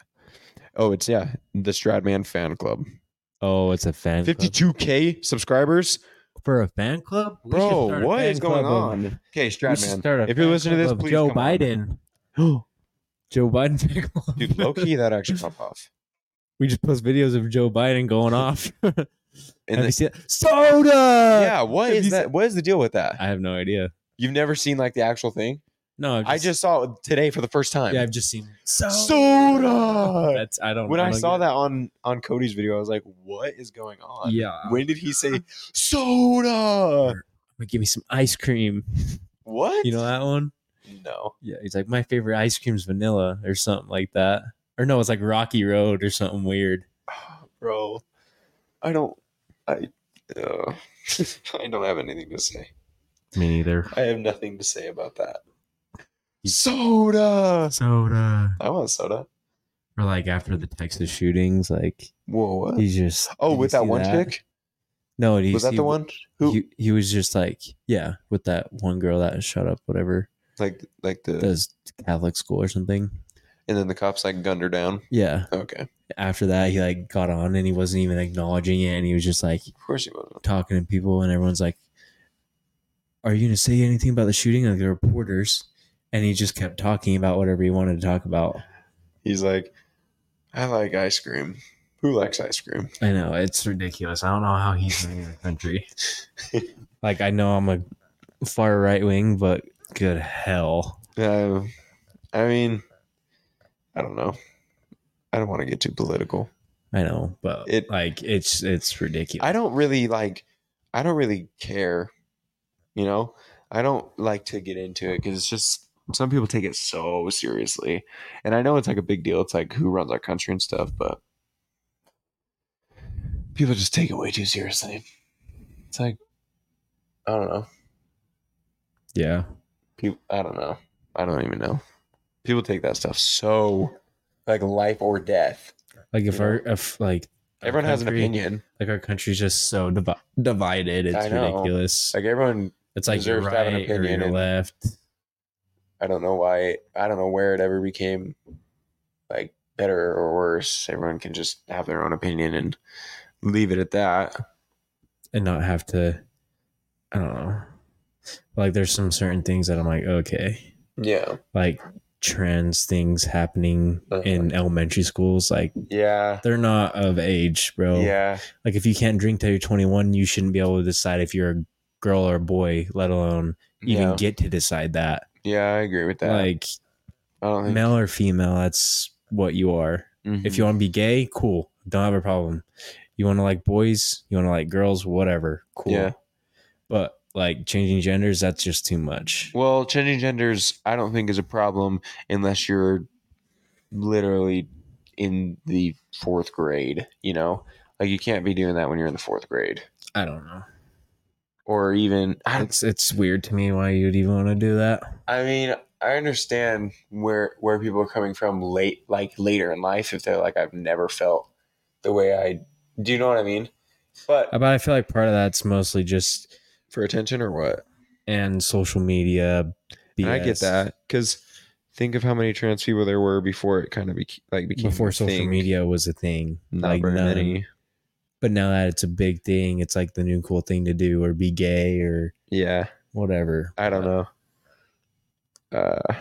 Speaker 2: Oh, it's yeah, the Stradman fan club.
Speaker 1: Oh, it's a fan club.
Speaker 2: Fifty-two k subscribers,
Speaker 1: For a fan club? We should start
Speaker 2: bro.
Speaker 1: a
Speaker 2: What
Speaker 1: fan
Speaker 2: is going
Speaker 1: club of-
Speaker 2: on? Okay,
Speaker 1: we should
Speaker 2: Stradman.
Speaker 1: start a
Speaker 2: If you're
Speaker 1: fan
Speaker 2: listening to
Speaker 1: club
Speaker 2: this,
Speaker 1: of
Speaker 2: please
Speaker 1: Joe
Speaker 2: come on.
Speaker 1: Biden. Joe Biden fan club.
Speaker 2: Dude, low key that actually pop off.
Speaker 1: we just post videos of Joe Biden going off. Have
Speaker 2: And
Speaker 1: you seen that? Soda!
Speaker 2: yeah, what
Speaker 1: have
Speaker 2: is
Speaker 1: Uh, you
Speaker 2: that? What is the deal with that?
Speaker 1: I have no idea.
Speaker 2: You've never seen like the actual thing?
Speaker 1: No, I've
Speaker 2: I just saw it today for the first time.
Speaker 1: yeah, I've just seen
Speaker 2: soda.
Speaker 1: That's I don't.
Speaker 2: When I
Speaker 1: don't
Speaker 2: saw
Speaker 1: get-
Speaker 2: that on on Cody's video, I was like, "What is going on?"
Speaker 1: yeah,
Speaker 2: When did he say soda?
Speaker 1: Like, give me some ice cream.
Speaker 2: What?
Speaker 1: You know that one?
Speaker 2: No.
Speaker 1: Yeah, he's like my favorite ice cream's vanilla or something like that. Or no, it's like Rocky Road or something weird.
Speaker 2: Bro, I don't. I. Uh, I don't have anything to say.
Speaker 1: Me neither.
Speaker 2: I have nothing to say about that. Soda.
Speaker 1: Soda.
Speaker 2: I want soda.
Speaker 1: Or like after the Texas shootings, like
Speaker 2: Whoa. What?
Speaker 1: he's just.
Speaker 2: Oh,
Speaker 1: did you
Speaker 2: with that
Speaker 1: see
Speaker 2: one chick?
Speaker 1: No, did you
Speaker 2: Was that
Speaker 1: see
Speaker 2: the
Speaker 1: wh-
Speaker 2: one? Who?
Speaker 1: He, he was just like yeah, with that one girl that shut up whatever
Speaker 2: like, like the.
Speaker 1: does Catholic school or something.
Speaker 2: and then the cops like gunned her down.
Speaker 1: Yeah.
Speaker 2: Okay.
Speaker 1: After that, he like got on and he wasn't even acknowledging it, and he was just like
Speaker 2: Of course he wasn't.
Speaker 1: talking to people, and everyone's like, "Are you gonna say anything about the shooting?" Like the reporters, and he just kept talking about whatever he wanted to talk about.
Speaker 2: He's like, I like ice cream. Who likes ice cream?
Speaker 1: I know it's ridiculous. I don't know how he's in the country. like I know I'm a far right wing, but good hell,
Speaker 2: Uh, I mean, I don't know. I don't want to get too political.
Speaker 1: I know, but
Speaker 2: It-
Speaker 1: like it's it's ridiculous.
Speaker 2: I don't really like. I don't really care. You know, I don't like to get into it because it's just some people take it so seriously, and I know it's like a big deal. It's like who runs our country and stuff, but people just take it way too seriously. It's like I don't know.
Speaker 1: yeah,
Speaker 2: People, I don't know. I don't even know. People take that stuff so like life or death.
Speaker 1: like if
Speaker 2: You know.
Speaker 1: our if like our
Speaker 2: Everyone has an
Speaker 1: country-
Speaker 2: opinion.
Speaker 1: Like our country's just so divi- divided. It's
Speaker 2: I know.
Speaker 1: ridiculous.
Speaker 2: Like everyone
Speaker 1: it's like you're
Speaker 2: deserves to have an
Speaker 1: right or
Speaker 2: opinion
Speaker 1: you're
Speaker 2: and-
Speaker 1: left.
Speaker 2: I don't know why. I don't know where it ever became like better or worse. Everyone can just have their own opinion and leave it at that.
Speaker 1: and not have to i don't know like there's some certain things that i'm like okay
Speaker 2: Yeah.
Speaker 1: like trans things happening in elementary schools like
Speaker 2: Yeah.
Speaker 1: they're not of age bro
Speaker 2: Yeah.
Speaker 1: like if you can't drink till you're 21 you shouldn't be able to decide if you're a girl or a boy let alone even
Speaker 2: yeah.
Speaker 1: get to decide that
Speaker 2: yeah, I agree with that.
Speaker 1: like
Speaker 2: I don't think Mm-hmm.
Speaker 1: male or female that's what you are if
Speaker 2: Mm.
Speaker 1: you want to be gay cool don't have a problem you want to like boys you want to like girls whatever cool
Speaker 2: Yeah.
Speaker 1: but like changing genders that's just too much
Speaker 2: Well, changing genders, I don't think is a problem unless you're literally in the fourth grade. You know, like you can't be doing that when you're in the fourth grade,
Speaker 1: i don't know
Speaker 2: or even I,
Speaker 1: it's it's weird to me why you'd even want to do that
Speaker 2: I mean, I understand where where people are coming from late, like later in life, if they're like, I've never felt the way I. Do you know what I mean? But
Speaker 1: but i feel like part of that's mostly just
Speaker 2: Um, for attention or what?
Speaker 1: and social media BS.
Speaker 2: And I get that because think of how many trans people there were before it kind of bec- like became
Speaker 1: before
Speaker 2: a
Speaker 1: social
Speaker 2: thing.
Speaker 1: media was a thing
Speaker 2: Not
Speaker 1: like
Speaker 2: very
Speaker 1: none,
Speaker 2: many.
Speaker 1: But now that it's a big thing, it's like the new cool thing to do or be gay or
Speaker 2: Yeah,
Speaker 1: whatever.
Speaker 2: I don't know. Uh,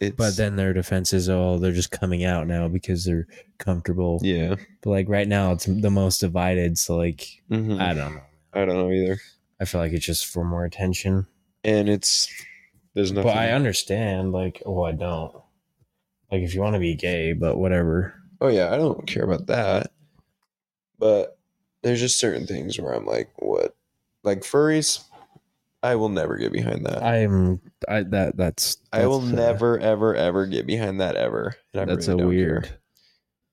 Speaker 2: it's
Speaker 1: But then their defense is, oh, they're just coming out now because they're comfortable.
Speaker 2: yeah,
Speaker 1: But like right now, it's the most divided. So like,
Speaker 2: Mhm.
Speaker 1: I don't know.
Speaker 2: I don't know either.
Speaker 1: I feel like it's just for more attention.
Speaker 2: And it's there's nothing.
Speaker 1: But I understand, like, oh, I don't. Like, if you want to be gay, but whatever.
Speaker 2: oh yeah, I don't care about that. But there's just certain things where I'm like, what? Like furries, I will never get behind that. I,
Speaker 1: I'm, I that that's.
Speaker 2: will
Speaker 1: that's, uh,
Speaker 2: never, ever, ever get behind that ever. And I
Speaker 1: That's
Speaker 2: really
Speaker 1: a
Speaker 2: don't care.
Speaker 1: weird.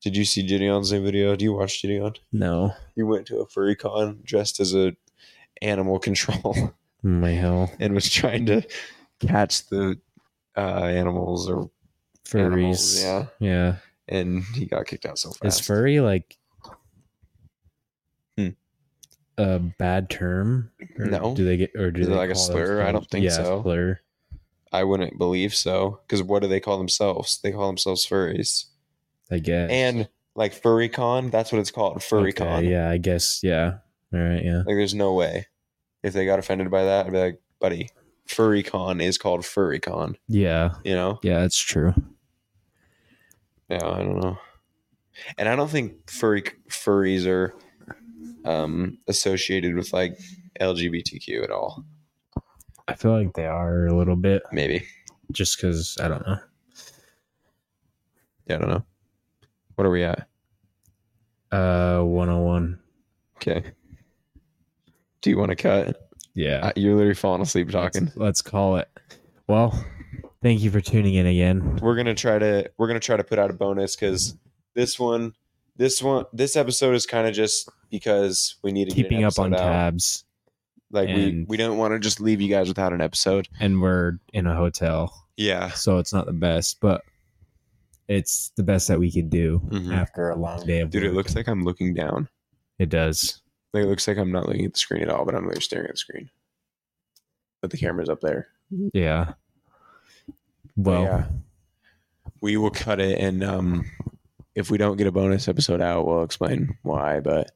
Speaker 2: Did you see Gideon's new video? Do you watch Gideon?
Speaker 1: No,
Speaker 2: He went to a furry con dressed as a animal control
Speaker 1: my hell,
Speaker 2: and was trying to catch the uh, animals or
Speaker 1: furries.
Speaker 2: animals, yeah.
Speaker 1: yeah.
Speaker 2: And he got kicked out so
Speaker 1: Is
Speaker 2: fast.
Speaker 1: furry like
Speaker 2: Hmm.
Speaker 1: a bad term? Or
Speaker 2: No.
Speaker 1: Do they get or do
Speaker 2: Is it
Speaker 1: they
Speaker 2: like a
Speaker 1: call
Speaker 2: slur? I don't think
Speaker 1: yeah,
Speaker 2: so.
Speaker 1: Slur.
Speaker 2: I wouldn't believe so. Because what do they call themselves? They call themselves furries.
Speaker 1: I guess.
Speaker 2: And like furry con, that's what it's called, furry
Speaker 1: Okay,
Speaker 2: con.
Speaker 1: Yeah, I guess. Yeah. All right. Yeah.
Speaker 2: Like there's no way. If they got offended by that, I'd be like, buddy, furry con is called furry con.
Speaker 1: Yeah.
Speaker 2: You know?
Speaker 1: Yeah, it's true.
Speaker 2: Yeah, I don't know. And I don't think furry furries are um, associated with like LGBTQ at all.
Speaker 1: I feel like they are a little bit
Speaker 2: Maybe.
Speaker 1: just because I don't know.
Speaker 2: Yeah, I don't know. What are we at?
Speaker 1: Uh, 101.
Speaker 2: Okay. Do you want to cut?
Speaker 1: Yeah.
Speaker 2: Uh, You're literally falling asleep talking.
Speaker 1: Let's, let's call it. Well, thank you for tuning in again.
Speaker 2: We're gonna try to we're gonna try to put out a bonus because this one, this one, this episode is kind of just because we need to
Speaker 1: Keeping
Speaker 2: get
Speaker 1: up
Speaker 2: an
Speaker 1: on
Speaker 2: episode out.
Speaker 1: tabs,
Speaker 2: Like we
Speaker 1: and-
Speaker 2: we don't want to just leave you guys without an episode.
Speaker 1: and we're in a hotel,
Speaker 2: Yeah.
Speaker 1: so it's not the best, but it's the best that we could do
Speaker 2: Mhm.
Speaker 1: after a long day of
Speaker 2: Dude, it
Speaker 1: work.
Speaker 2: looks like I'm looking down.
Speaker 1: it does.
Speaker 2: Like it looks like I'm not looking at the screen at all, but I'm literally staring at the screen. But the camera's up there.
Speaker 1: Yeah. Well,
Speaker 2: yeah. We will cut it, and um, if we don't get a bonus episode out, we'll explain why. But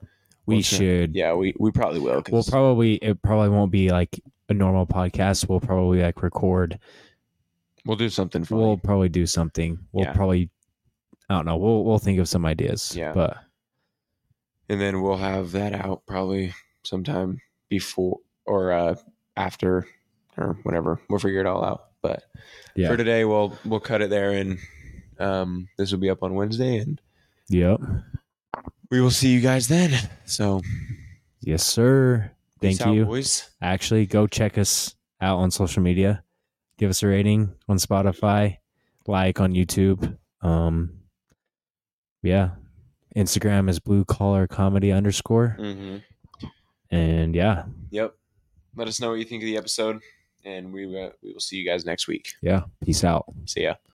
Speaker 1: we
Speaker 2: We'll try-
Speaker 1: should.
Speaker 2: yeah, we we probably will. 'cause-
Speaker 1: We'll probably it probably won't be like a normal podcast. We'll probably like record
Speaker 2: we'll do something fun.
Speaker 1: We'll probably do something. We'll
Speaker 2: Yeah.
Speaker 1: probably I don't know. We'll we'll think of some ideas.
Speaker 2: Yeah.
Speaker 1: But
Speaker 2: and then we'll have that out probably sometime before or uh, after or whatever. We'll figure it all out. But
Speaker 1: yeah.
Speaker 2: for today, we'll we'll cut it there, and um, this will be up on Wednesday, and
Speaker 1: Yep.
Speaker 2: we will see you guys then. So
Speaker 1: Yes, sir.
Speaker 2: peace
Speaker 1: Thank
Speaker 2: out,
Speaker 1: you.
Speaker 2: boys.
Speaker 1: Actually, go check us out on social media. Give us a rating on Spotify, like on YouTube. Um yeah. Instagram is blue collar comedy underscore.
Speaker 2: Mm-hmm.
Speaker 1: And yeah.
Speaker 2: Yep. Let uh, us know what you think of the episode, and we will, we will see you guys next week.
Speaker 1: Yeah. Peace out.
Speaker 2: See ya.